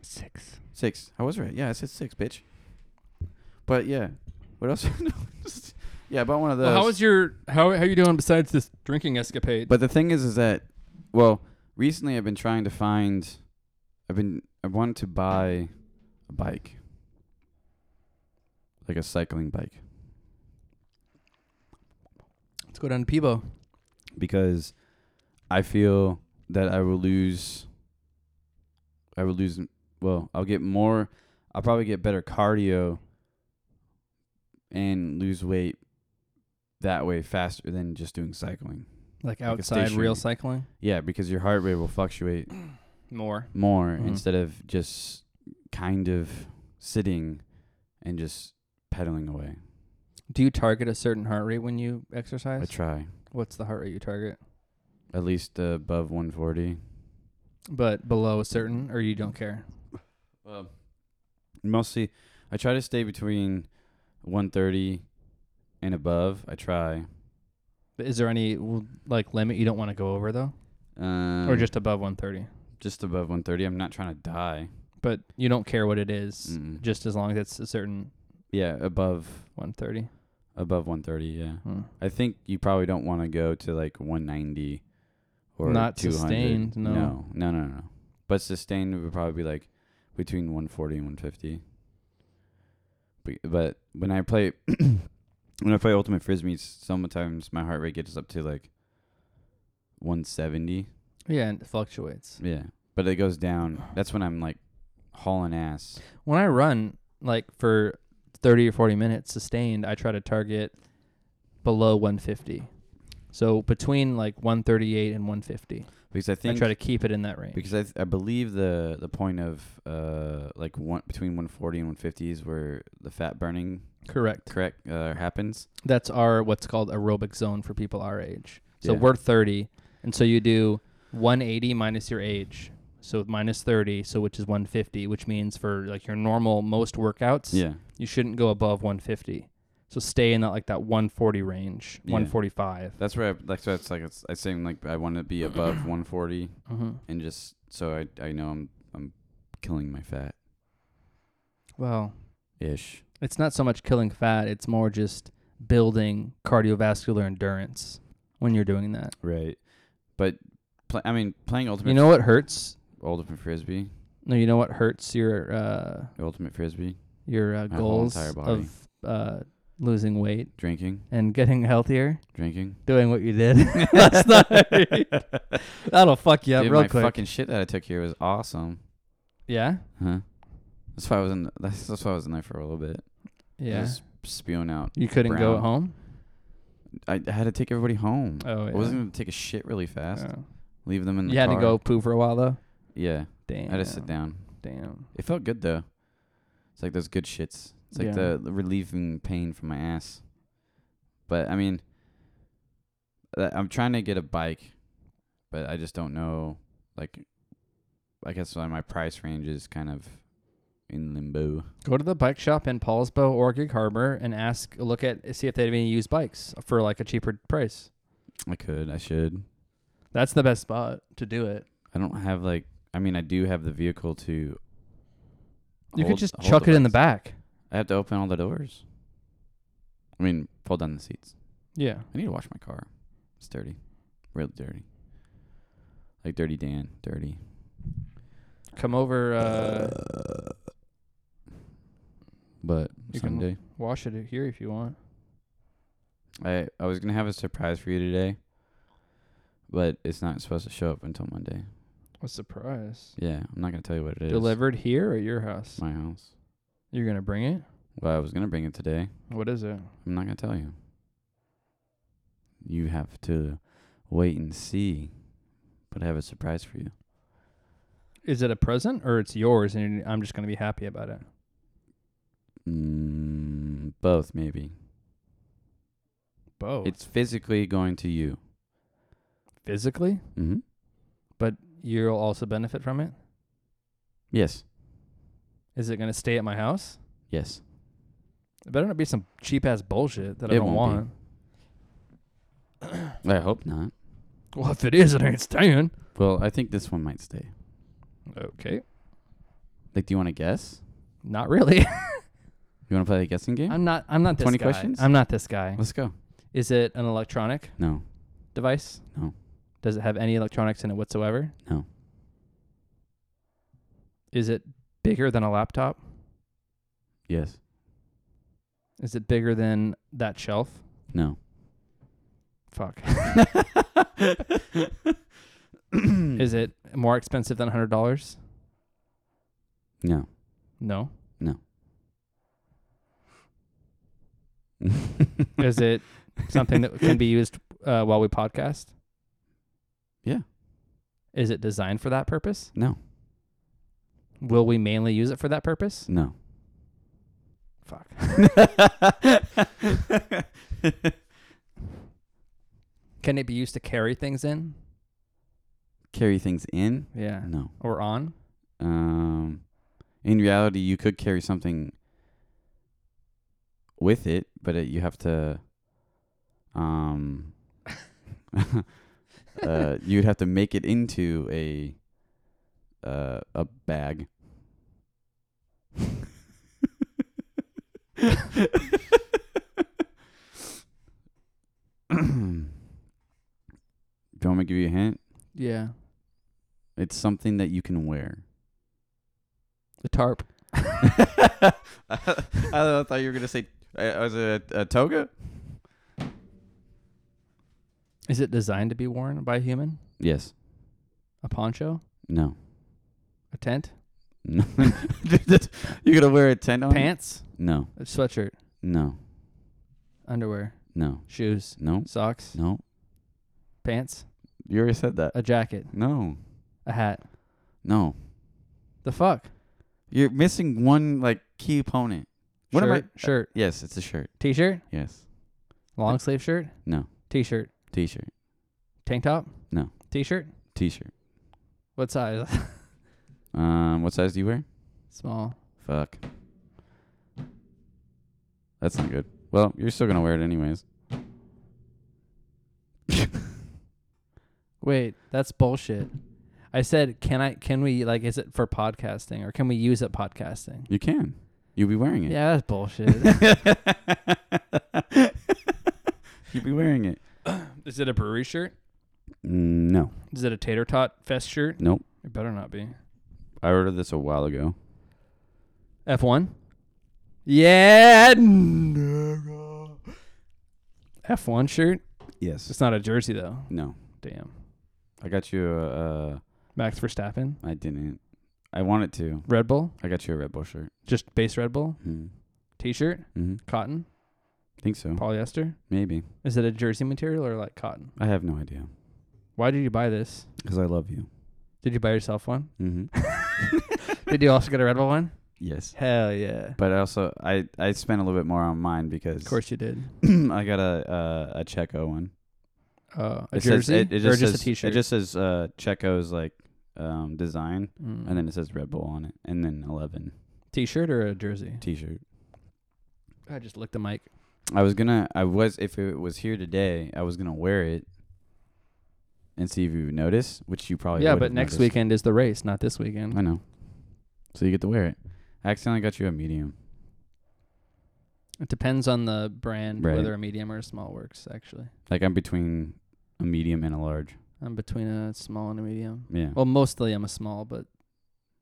A: Six.
B: six. I was right. Yeah, I said six, bitch. But yeah, what else? yeah, I bought one of those.
A: your how how you doing besides this drinking escapade?
B: But the thing is, is that well, recently I've been trying to find. I've been I wanted to buy a bike, like a cycling bike,
A: Let's go down to Peebo.
B: because I feel that I will lose. I will lose. Well, I'll get more. I'll probably get better cardio and lose weight that way faster than just doing cycling.
A: Like
B: a
A: outside
B: stationary.
A: real cycling.
B: Yeah, because your heart rate will fluctuate
A: More.
B: more
A: Mhm.
B: instead of just kind of sitting and just pedaling away.
A: Do you target a certain heart rate when you
B: I
A: exercise?
B: try
A: What's the heart rate you target?
B: at least above 140.
A: But below a certain, or you don't care.
B: Well, mostly I try to stay between 130 and above. I try.
A: But Is there any w- like limit you don't want to go over though,
B: Um,
A: or just above 130?
B: just above 130. I'm not trying to die.
A: But you don't care what it is,
B: Mm-mm.
A: just as long as it's a certain
B: Yeah, above
A: 130.
B: above 130. Yeah,
A: Hmm.
B: I think you probably don't want to go to like 190 or
A: Not
B: 200.
A: sustained, no.
B: no, no, no, no. But sustained would probably be like between 140 and 150. But, but when I play when I play ultimate frisbee, sometimes my heart rate gets up to like 170.
A: Yeah, and it fluctuates.
B: Yeah, but it goes down. That's when I'm like hauling ass.
A: When I run like for 30 or 40 minutes sustained, I try to target below 150. So between like 138 and 150.
B: Because I
A: I
B: think
A: try to keep it in that range.
B: because I, th- I believe the the point of uh like one between 140 and 150 is where the fat burning
A: Correct.
B: correct uh, happens.
A: That's our what's called aerobic zone for people our age. So
B: Yeah.
A: we're 30, and so you do 180 minus your age, so minus 30, so which is 150, which means for like your normal most workouts,
B: Yeah,
A: you shouldn't go above 150. So stay in that like that 140 range,
B: Yeah.
A: 145.
B: that's where I, that's why it's like it's, I saying like I want to be above 140
A: Mm-hmm.
B: and just so I I know I'm I'm killing my fat
A: Well,
B: ish.
A: it's not so much killing fat; it's more just building cardiovascular endurance when you're doing that.
B: Right, but pl- I mean playing ultimate
A: You know what hurts?
B: ultimate frisbee
A: No, you know what hurts your uh,
B: ultimate frisbee
A: your uh,
B: My whole
A: goals
B: entire body.
A: of uh, losing weight
B: drinking
A: and getting healthier,
B: drinking.
A: doing what you did last night. That'll fuck you up
B: Dude,
A: real
B: my
A: quick.
B: fucking shit that I took here was awesome.
A: yeah,
B: Huh? That's why I was in. That's, that's why I was in there for a little bit. I
A: yeah.
B: was spewing out.
A: You couldn't go
B: brown.
A: at home.
B: I, I had to take everybody home.
A: Oh, yeah.
B: I wasn't gonna take a shit really fast.
A: Oh.
B: Leave them in the
A: You had to
B: car.
A: go poo for a while though.
B: Yeah,
A: Damn.
B: I had to sit down.
A: Damn.
B: It felt good though. It's like those good shits. It's like
A: Yeah.
B: the, the relieving pain from my ass. But I mean, uh, I'm trying to get a bike, but I just don't know. Like, I guess why my price range is kind of in limbo.
A: Go to the bike shop in Paulsbo or Gig Harbor and ask, look at, see if they have any used bikes for like a cheaper price.
B: I could. I should.
A: That's the best spot to do it.
B: I don't have like. I mean, I do have the vehicle to.
A: You
B: hold-
A: could just
B: hold
A: chuck it in the
B: bikes.
A: back.
B: I have to open all the doors. I mean, pull down the seats.
A: Yeah.
B: I need to wash my car. It's dirty, real dirty. Like dirty Dan, dirty.
A: Come over. Uh,
B: But
A: You can-
B: someday,
A: wash it here if you want.
B: I I was gonna have a surprise for you today, but it's not supposed to show up until Monday.
A: What surprise.
B: Yeah, I'm not gonna tell you what it is.
A: Delivered here or your house?
B: my house.
A: You're gonna bring it?
B: Well, I was gonna bring it today.
A: What is it?
B: I'm not gonna tell you. You have to wait and see. But I have a surprise for you.
A: Is it a present or it's yours and you're, I'm just gonna be happy about it?
B: Mm, both maybe.
A: Both.
B: It's physically going to you.
A: physically,
B: Mm-hmm.
A: but you'll also benefit from it.
B: Yes.
A: Is it gonna stay at my house?
B: Yes.
A: It better not be some cheap ass bullshit that
B: It
A: I don't
B: won't be.
A: want.
B: I hope not.
A: Well, if it is, it ain't staying.
B: Well, I think this one might stay.
A: Okay.
B: Like, do you want to guess?
A: Not really.
B: You want to play a guessing game?
A: I'm not. I'm not this
B: 20
A: guy.
B: questions?
A: I'm not this guy.
B: Let's go.
A: Is it an electronic
B: No.
A: device?
B: No.
A: Does it have any electronics in it whatsoever?
B: No.
A: Is it bigger than a laptop?
B: Yes.
A: Is it bigger than that shelf?
B: No.
A: Fuck.
B: Hmm.
A: Is it more expensive than hundred dollars?
B: No.
A: No. Is
B: Is
A: it something that can be used uh, while we podcast?
B: Yeah.
A: Is it designed for that purpose?
B: No.
A: Will we mainly use it for that purpose?
B: No.
A: Fuck. Can it be used to carry things in?
B: Carry things in?
A: Yeah.
B: No.
A: Or on?
B: Um, in reality, you could carry something with it, but it, you have to, um, uh, you'd have to make it into a, uh, a bag. Do you want me to give you a hint?
A: Yeah.
B: It's something that you can wear.
A: The tarp.
C: I, I thought you were gonna say uh, was it a, a toga?
A: Is it designed to be worn by a human?
B: Yes.
A: A poncho?
B: No.
A: A tent?
B: No.
C: You're gonna wear a tent on?
A: Pants?
B: no.
A: Um, A sweatshirt?
B: No.
A: Underwear?
B: No.
A: Shoes?
B: No.
A: Socks?
B: No.
A: Pants?
C: You already said that.
A: A jacket?
B: No.
A: A hat?
B: No.
A: The fuck?
C: You're missing one like key opponent. What am
A: shirt?
C: I-
A: Shirt?
B: Yes, it's a shirt.
A: T-shirt?
B: Yes.
A: Long sleeve shirt?
B: No.
A: T-shirt?
B: T-shirt.
A: Tank top?
B: No.
A: T-shirt?
B: T-shirt.
A: What size?
B: Um, what size do you wear?
A: Small.
B: Fuck. That's not good. Well, you're still gonna wear it anyways.
A: Wait, that's bullshit. I said, can I? Can we like? Is it for podcasting or can we use it podcasting?
B: You can. You'll be wearing it.
A: Yeah, that's bullshit.
B: You'll be wearing it.
A: is it a brewery shirt?
B: Mm, No.
A: Is it a tater tot fest shirt?
B: Nope.
A: It better not be.
B: I ordered this a while ago.
A: F one. Yeah. F one shirt.
B: Yes.
A: It's not a jersey though.
B: No.
A: Damn.
B: I got you a. Uh,
A: Max Verstappen.
B: I didn't. I wanted to.
A: Red Bull.
B: I got you a Red Bull shirt.
A: Just base Red Bull.
B: Mm.
A: T-shirt.
B: hmm
A: Cotton.
B: Think so.
A: Polyester.
B: Maybe.
A: Is it a jersey material or like cotton?
B: I have no idea.
A: Why did you buy this?
B: Because I love you.
A: Did you buy yourself one?
B: Mm-hmm.
A: Did you also get a Red Bull one?
B: yes.
A: Hell yeah.
B: But I also, I I spent a little bit more on mine because
A: Of course you did.
B: I got a uh, a Checo one.
A: Uh, a
B: It says-
A: jersey
B: it, it
A: or
B: just
A: just
B: says-
A: a t-shirt.
B: It just says uh, Checo's like um, design,
A: Mm.
B: and then it says Red Bull on it, and then eleven
A: t-shirt or a jersey.
B: T-shirt.
A: I just licked the mic.
B: I was gonna, I was if it was here today, I was gonna wear it and see if you would notice, which you probably
A: yeah,
B: would
A: but
B: have
A: next
B: noticed.
A: weekend is the race, not this weekend.
B: I know. So you get to wear it. I accidentally got you a medium.
A: It depends on the brand
B: Right.
A: whether a medium or a small works. Actually,
B: Like I'm between a medium and a large.
A: I'm between a small and a medium.
B: Yeah.
A: Well, mostly I'm a small, but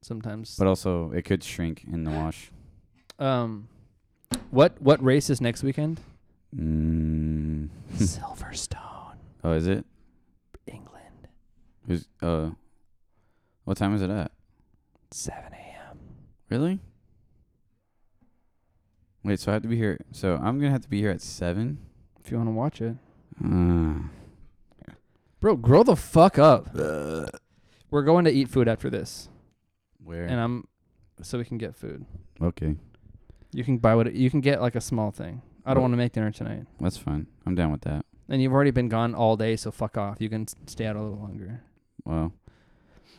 A: sometimes.
B: but also, it could shrink in the wash.
A: um, what what race is next weekend?
B: Mm.
A: Silverstone,
B: oh, is it?
A: England,
B: Who's uh? What time is it at?
A: seven a.m.
B: Really? Wait, so I have to be here. So I'm gonna have to be here at seven.
A: If you want to watch it,
B: Uh,
A: bro, grow the fuck up.
B: Uh.
A: We're going to eat food after this,
B: Where?
A: and I'm so we can get food.
B: okay,
A: You can buy what you can get like a small thing. I don't
B: Wha-
A: want to make dinner tonight,
B: that's fine. I'm down with that.
A: and you've already been gone all day, so fuck off. You can s- stay out a little longer.
B: Well,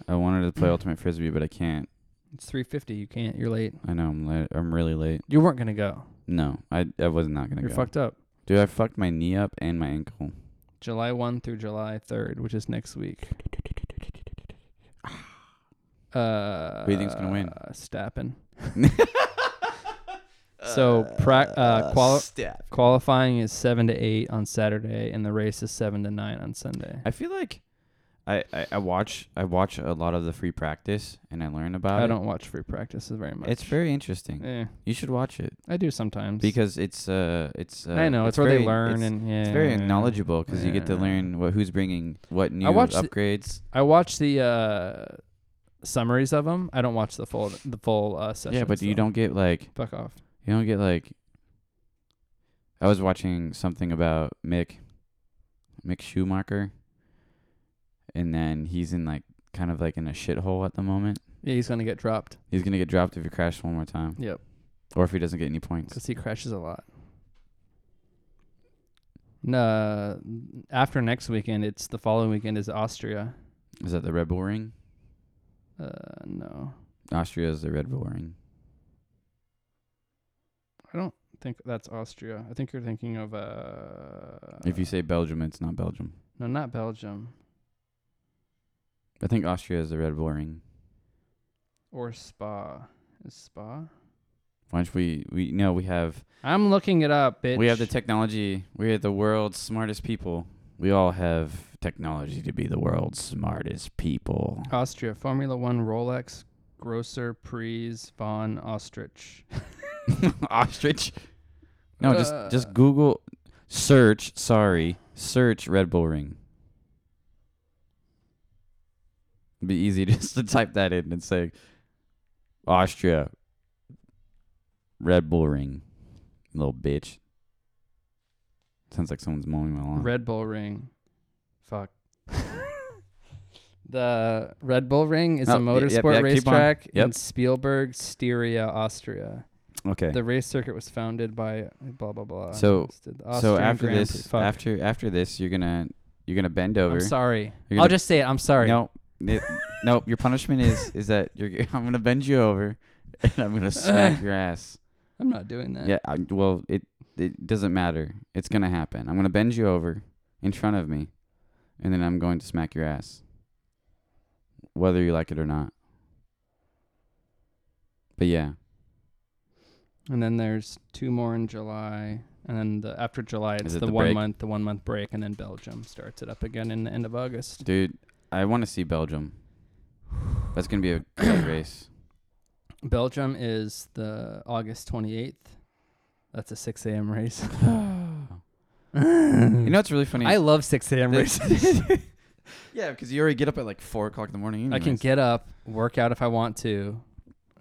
B: I wanted to
A: Mm.
B: play ultimate frisbee, but I can't.
A: It's three fifty. You can't. You're late.
B: I know I'm late. I'm really late.
A: You weren't gonna go.
B: No, I I was not gonna
A: You're
B: go.
A: fucked up.
B: Dude, I fucked my knee up and my ankle.
A: July one through July third, which is next week. Uh,
B: do you think's gonna win?
A: Stappen. So, pra- uh, quali-
C: step.
A: Qualifying is seven to eight on Saturday, and the race is seven to nine on Sunday.
B: I feel like I, I I watch I watch a lot of the free practice and I learn about
A: I,
B: it.
A: don't watch free practices very much.
B: It's very interesting.
A: Eh,
B: You should watch it
A: I do sometimes
B: because it's uh it's uh,
A: I know it's, where
B: very-
A: they learn
B: it's-
A: and yeah.
B: It's very knowledgeable because you get to
A: Yeah.
B: learn what who's bringing what new
A: watched the-
B: upgrades.
A: I watch the uh, summaries of them. I don't watch the full the full uh, sessions.
B: yeah, but you
A: though.
B: don't get like
A: fuck off.
B: you don't get like. I was watching something about Mick, Mick Schumacher, and then he's in like kind of like in a shithole at the moment.
A: Yeah, he's gonna get dropped.
B: He's gonna get dropped if he crashes one more time,
A: Yep,
B: or if he doesn't get any points.
A: because he crashes a lot. No, uh, after next weekend, it's the following weekend is Austria.
B: Is that the Red Bull Ring?
A: Uh, no,
B: Austria is the Red Bull Ring.
A: I don't think that's Austria. I think you're thinking of uh.
B: if you say Belgium, it's not Belgium.
A: no, not Belgium
B: I think Austria is the Red Bull Ring.
A: or Spa. Is Spa?
B: Why don't we we no we have
A: I'm looking it up, bitch.
B: We have the technology. We are the world's smartest people. We all have technology to be the world's smartest people.
A: Austria Formula One Rolex
D: Grosser Prees von Ostrich.
B: Ostrich. No, just just Google search, sorry, search Red Bull Ring. It'd be easy just to type that in and say Austria Red Bull Ring. Little bitch. Sounds like someone's mowing my lawn.
D: Red Bull Ring. Fuck. the Red Bull Ring is
B: Oh,
D: a
B: y- yep,
D: motorsport
B: yeah, keep on.
D: racetrack in
B: Yep.
D: Spielberg, Styria, Austria.
B: okay.
D: The race circuit was founded by blah blah blah.
B: So-
D: It's the
B: so
D: Austrian
B: after
D: Grand
B: this
D: Prix. Fuck.
B: after after this you're gonna you're gonna bend over.
A: I'm sorry.
B: You're
A: I'll
B: gonna-
A: just say it. I'm sorry.
B: No, it- no. Your punishment is is that you're. g- I'm gonna bend you over, and I'm gonna smack your ass.
D: I'm not doing that.
B: Yeah. I, well, it it doesn't matter. It's gonna happen. I'm gonna bend you over in front of me, and then I'm going to smack your ass, whether you like it or not. But yeah,
D: And then there's two more in July, and then the, after July it's
B: it
D: the,
B: the
D: one
B: break?
D: month, the one month break, and then Belgium starts it up again in the end of August.
B: dude, I want to see Belgium. That's gonna be a great race.
D: Belgium is the August 28th. That's a 6 a.m. race.
B: You know what's really funny?
A: I love 6 a.m.
B: The-
A: races.
B: yeah, because you already get up at like four o'clock in the morning.
D: I can
B: anyways.
D: get up, work out if I want to,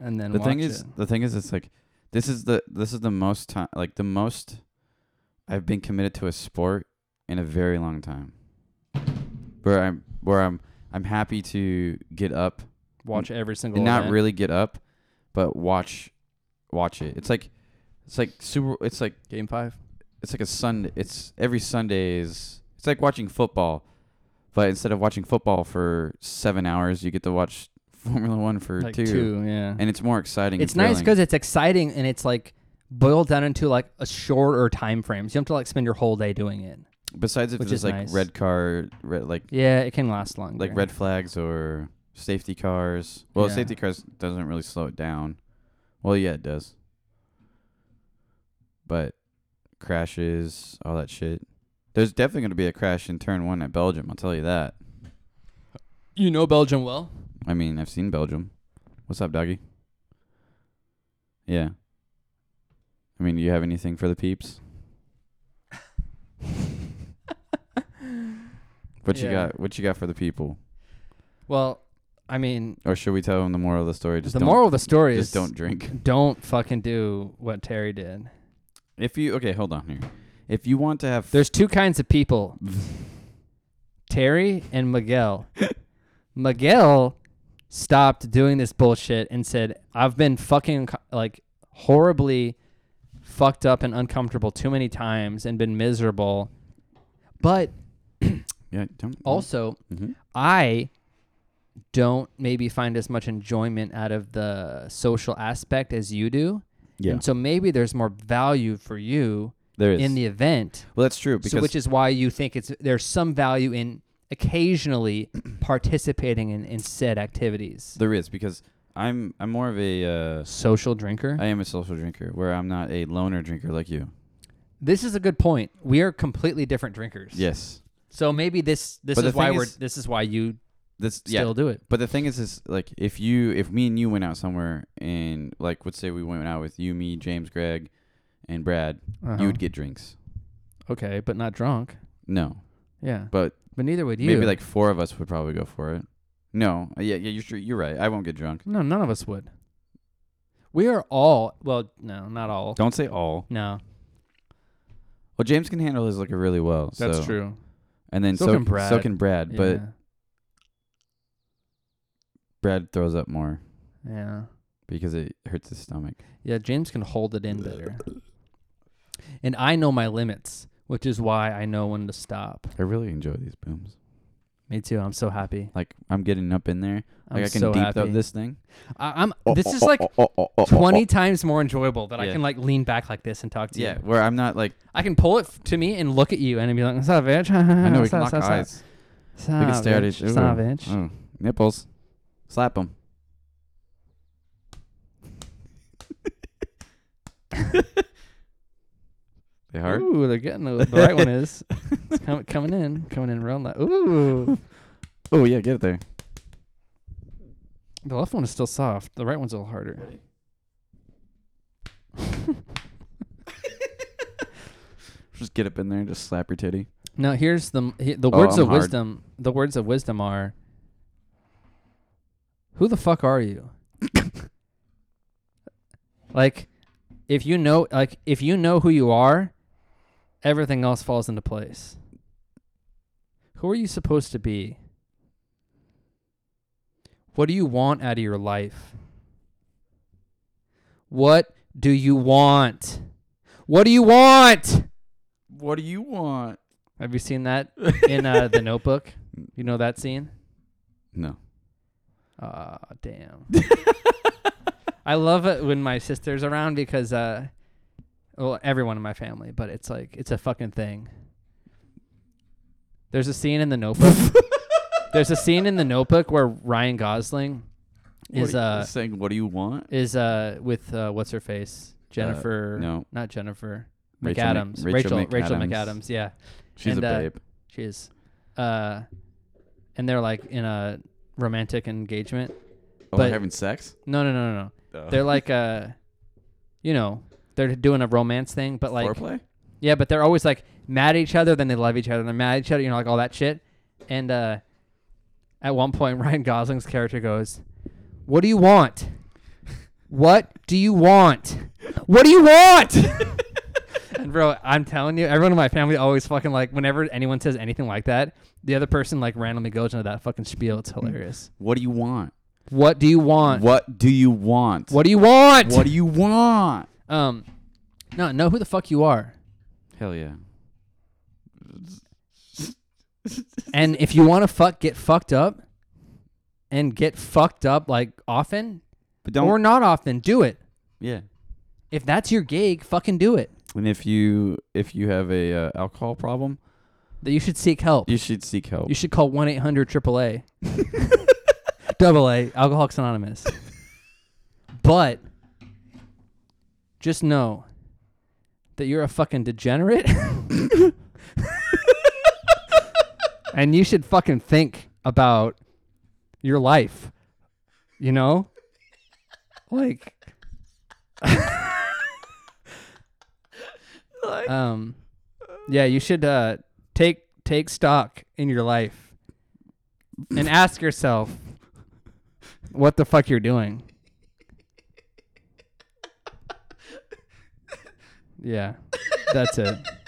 D: and then
B: the
D: watch
B: thing is
D: it.
B: the thing is it's like this is the this is the most time like the most i've been committed to a sport in a very long time where i'm where i'm i'm happy to get up
D: watch every single.
B: and not
D: event.
B: really get up but watch watch it it's like it's like super it's like
D: Game five.
B: it's like a Sunday. It's every Sunday is it's like watching football, but instead of watching football for seven hours, you get to watch Formula One for
D: Like
B: two,
D: two. yeah.
B: and it's more exciting.
A: it's
B: and
A: nice
B: thrilling.
A: because it's exciting and it's like boiled down into like a shorter time frame. So you don't have to like spend your whole day doing it.
B: besides if
A: which
B: there's
A: is
B: like
A: nice.
B: red car, red like
D: yeah, it can last longer.
B: like red flags or safety cars. Well,
D: Yeah.
B: safety cars doesn't really slow it down. Well, yeah, it does. But crashes, all that shit. There's definitely going to be a crash in turn one at Belgium. I'll tell you that.
D: You know Belgium well.
B: I mean, I've seen Belgium. What's up, doggy? Yeah. I mean, do you have anything for the peeps? what you
D: Yeah.
B: got? What you got for the people?
D: Well, I mean,
B: Or should we tell them the moral of the story? Just
D: the
B: don't,
D: moral of the story
B: just
D: is
B: don't drink.
D: don't fucking do what Terry did.
B: If you okay, hold on here. If you want to have
A: There's two kinds of people Terry and Miguel. Miguel stopped doing this bullshit and said, I've been fucking like horribly fucked up and uncomfortable too many times and been miserable. But
B: yeah, don't
A: also,
B: Mhm.
A: I don't maybe find as much enjoyment out of the social aspect as you do.
B: yeah.
A: And so maybe there's more value for you
B: There is.
A: in the event.
B: well, that's true because
A: So which is why you think it's there's some value in occasionally participating in, in said activities.
B: there is because I'm I'm more of a uh,
D: Social drinker.
B: I am a social drinker where I'm not a loner drinker like you.
A: This is a good point. We are completely different drinkers.
B: Yes.
A: So maybe this this
B: But the
A: is why
B: thing
A: we're
B: is-
A: this is why you
B: This yeah.
A: still do it.
B: But the thing is, is like if you, if me and you went out somewhere, and like let's say we went out with you, me, James, Greg, and Brad,
D: Uh-huh.
A: Uh-huh.
B: you would get drinks.
D: okay, but not drunk.
B: No,
D: Yeah,
B: but
D: but neither would you.
B: maybe like four of us would probably go for it. No, Uh, yeah, yeah, you're sure, you're right. I won't get drunk.
D: no, none of us would.
A: We are all well, no, not all.
B: Don't say all.
A: No.
B: Well, James can handle his liquor really well.
D: That's
B: so-
D: true.
B: And then
D: So
B: so
D: can
B: can
D: Brad.
B: so can Brad, but
D: Yeah.
B: Brad throws up more
D: yeah,
B: because it hurts his stomach.
D: yeah, James can hold it in better.
A: And I know my limits, which is why I know when to stop.
B: I really enjoy these booms.
A: Me too. I'm so happy.
B: Like I'm getting up in there.
A: I'm
B: Like I can
A: so
B: deep
A: happy.
B: throat this thing.
A: I, I'm this is like 20 times more enjoyable that I
B: Yeah.
A: can like lean back like this and talk to
B: Yeah,
A: you.
B: where I'm not like
A: I can pull it f- to me and look at you and be like, "What's up, bitch?"
B: I know we
A: What's
B: can
A: up,
B: lock
A: what's up,
B: eyes.
A: what's up,
B: we can stare at
A: Ah, bitch?
B: each
A: What's up, bitch?
B: Oh, nipples. Slap them. they hard?
D: Ooh, they're getting the, the right one is. It's com- coming in, coming in real loud. Ooh,
B: Oh, yeah, get it there.
A: The left one is still soft. The right one's a little harder.
B: Just get up in there and just slap your titty.
A: Now here's the he, the
B: Oh,
A: words
B: I'm
A: of
B: hard.
A: wisdom. The words of wisdom are. Who the fuck are you? like, if you know, like, if you know who you are, everything else falls into place. Who are you supposed to be? What do you want out of your life? What do you want? What do you want?
B: What do you want?
A: Have you seen that in uh, the Notebook? You know that scene?
B: No.
A: Ah, damn. I love it when my sister's around because, uh, well, everyone in my family, but it's like it's a fucking thing. There's a scene in the Notebook. There's a scene in the Notebook where Ryan Gosling
B: What
A: is
B: are you-
A: uh
B: saying what do you want?
A: is uh with uh, what's her face Jennifer
B: No,
A: not Jennifer
B: Rachel Mc-
A: McAdams
B: Rachel
A: Rachel Rachel
B: McAdams.
A: McAdams yeah
B: she's
A: And,
B: a
A: uh,
B: babe.
A: She is. Uh, and they're like in a romantic engagement.
B: Oh,
A: but-
B: having sex?
A: No, no, no, no, no. They're like, uh, you know, they're doing a romance thing, but like,
B: foreplay.
A: yeah, but they're always like mad at each other, then they love each other, they're mad at each other, you know, like all that shit. And uh, at one point, Ryan Gosling's character goes, "What do you want? What do you want? What do you want?" and bro, I'm telling you, everyone in my family always fucking like whenever anyone says anything like that, the other person like randomly goes into that fucking spiel. It's hilarious.
B: What do you want?
A: What do you want?
B: What do you want?
A: What do you want?
B: What do you want?
A: um, no, know who the fuck you are.
B: Hell yeah.
A: And if you want to fuck, get fucked up, and get fucked up like often
B: But don't.
A: or not often. Do it.
B: yeah.
A: If that's your gig, fucking do it.
B: And if you if you have a uh, alcohol problem,
A: That you should seek help.
B: you should seek help.
A: You should call one eight hundred AAA, double A, Alcoholics Anonymous. But just know that you're a fucking degenerate, and you should fucking think about your life. You know, like, um, yeah, you should uh take take stock in your life and ask yourself what the fuck you're doing. Yeah. That's it.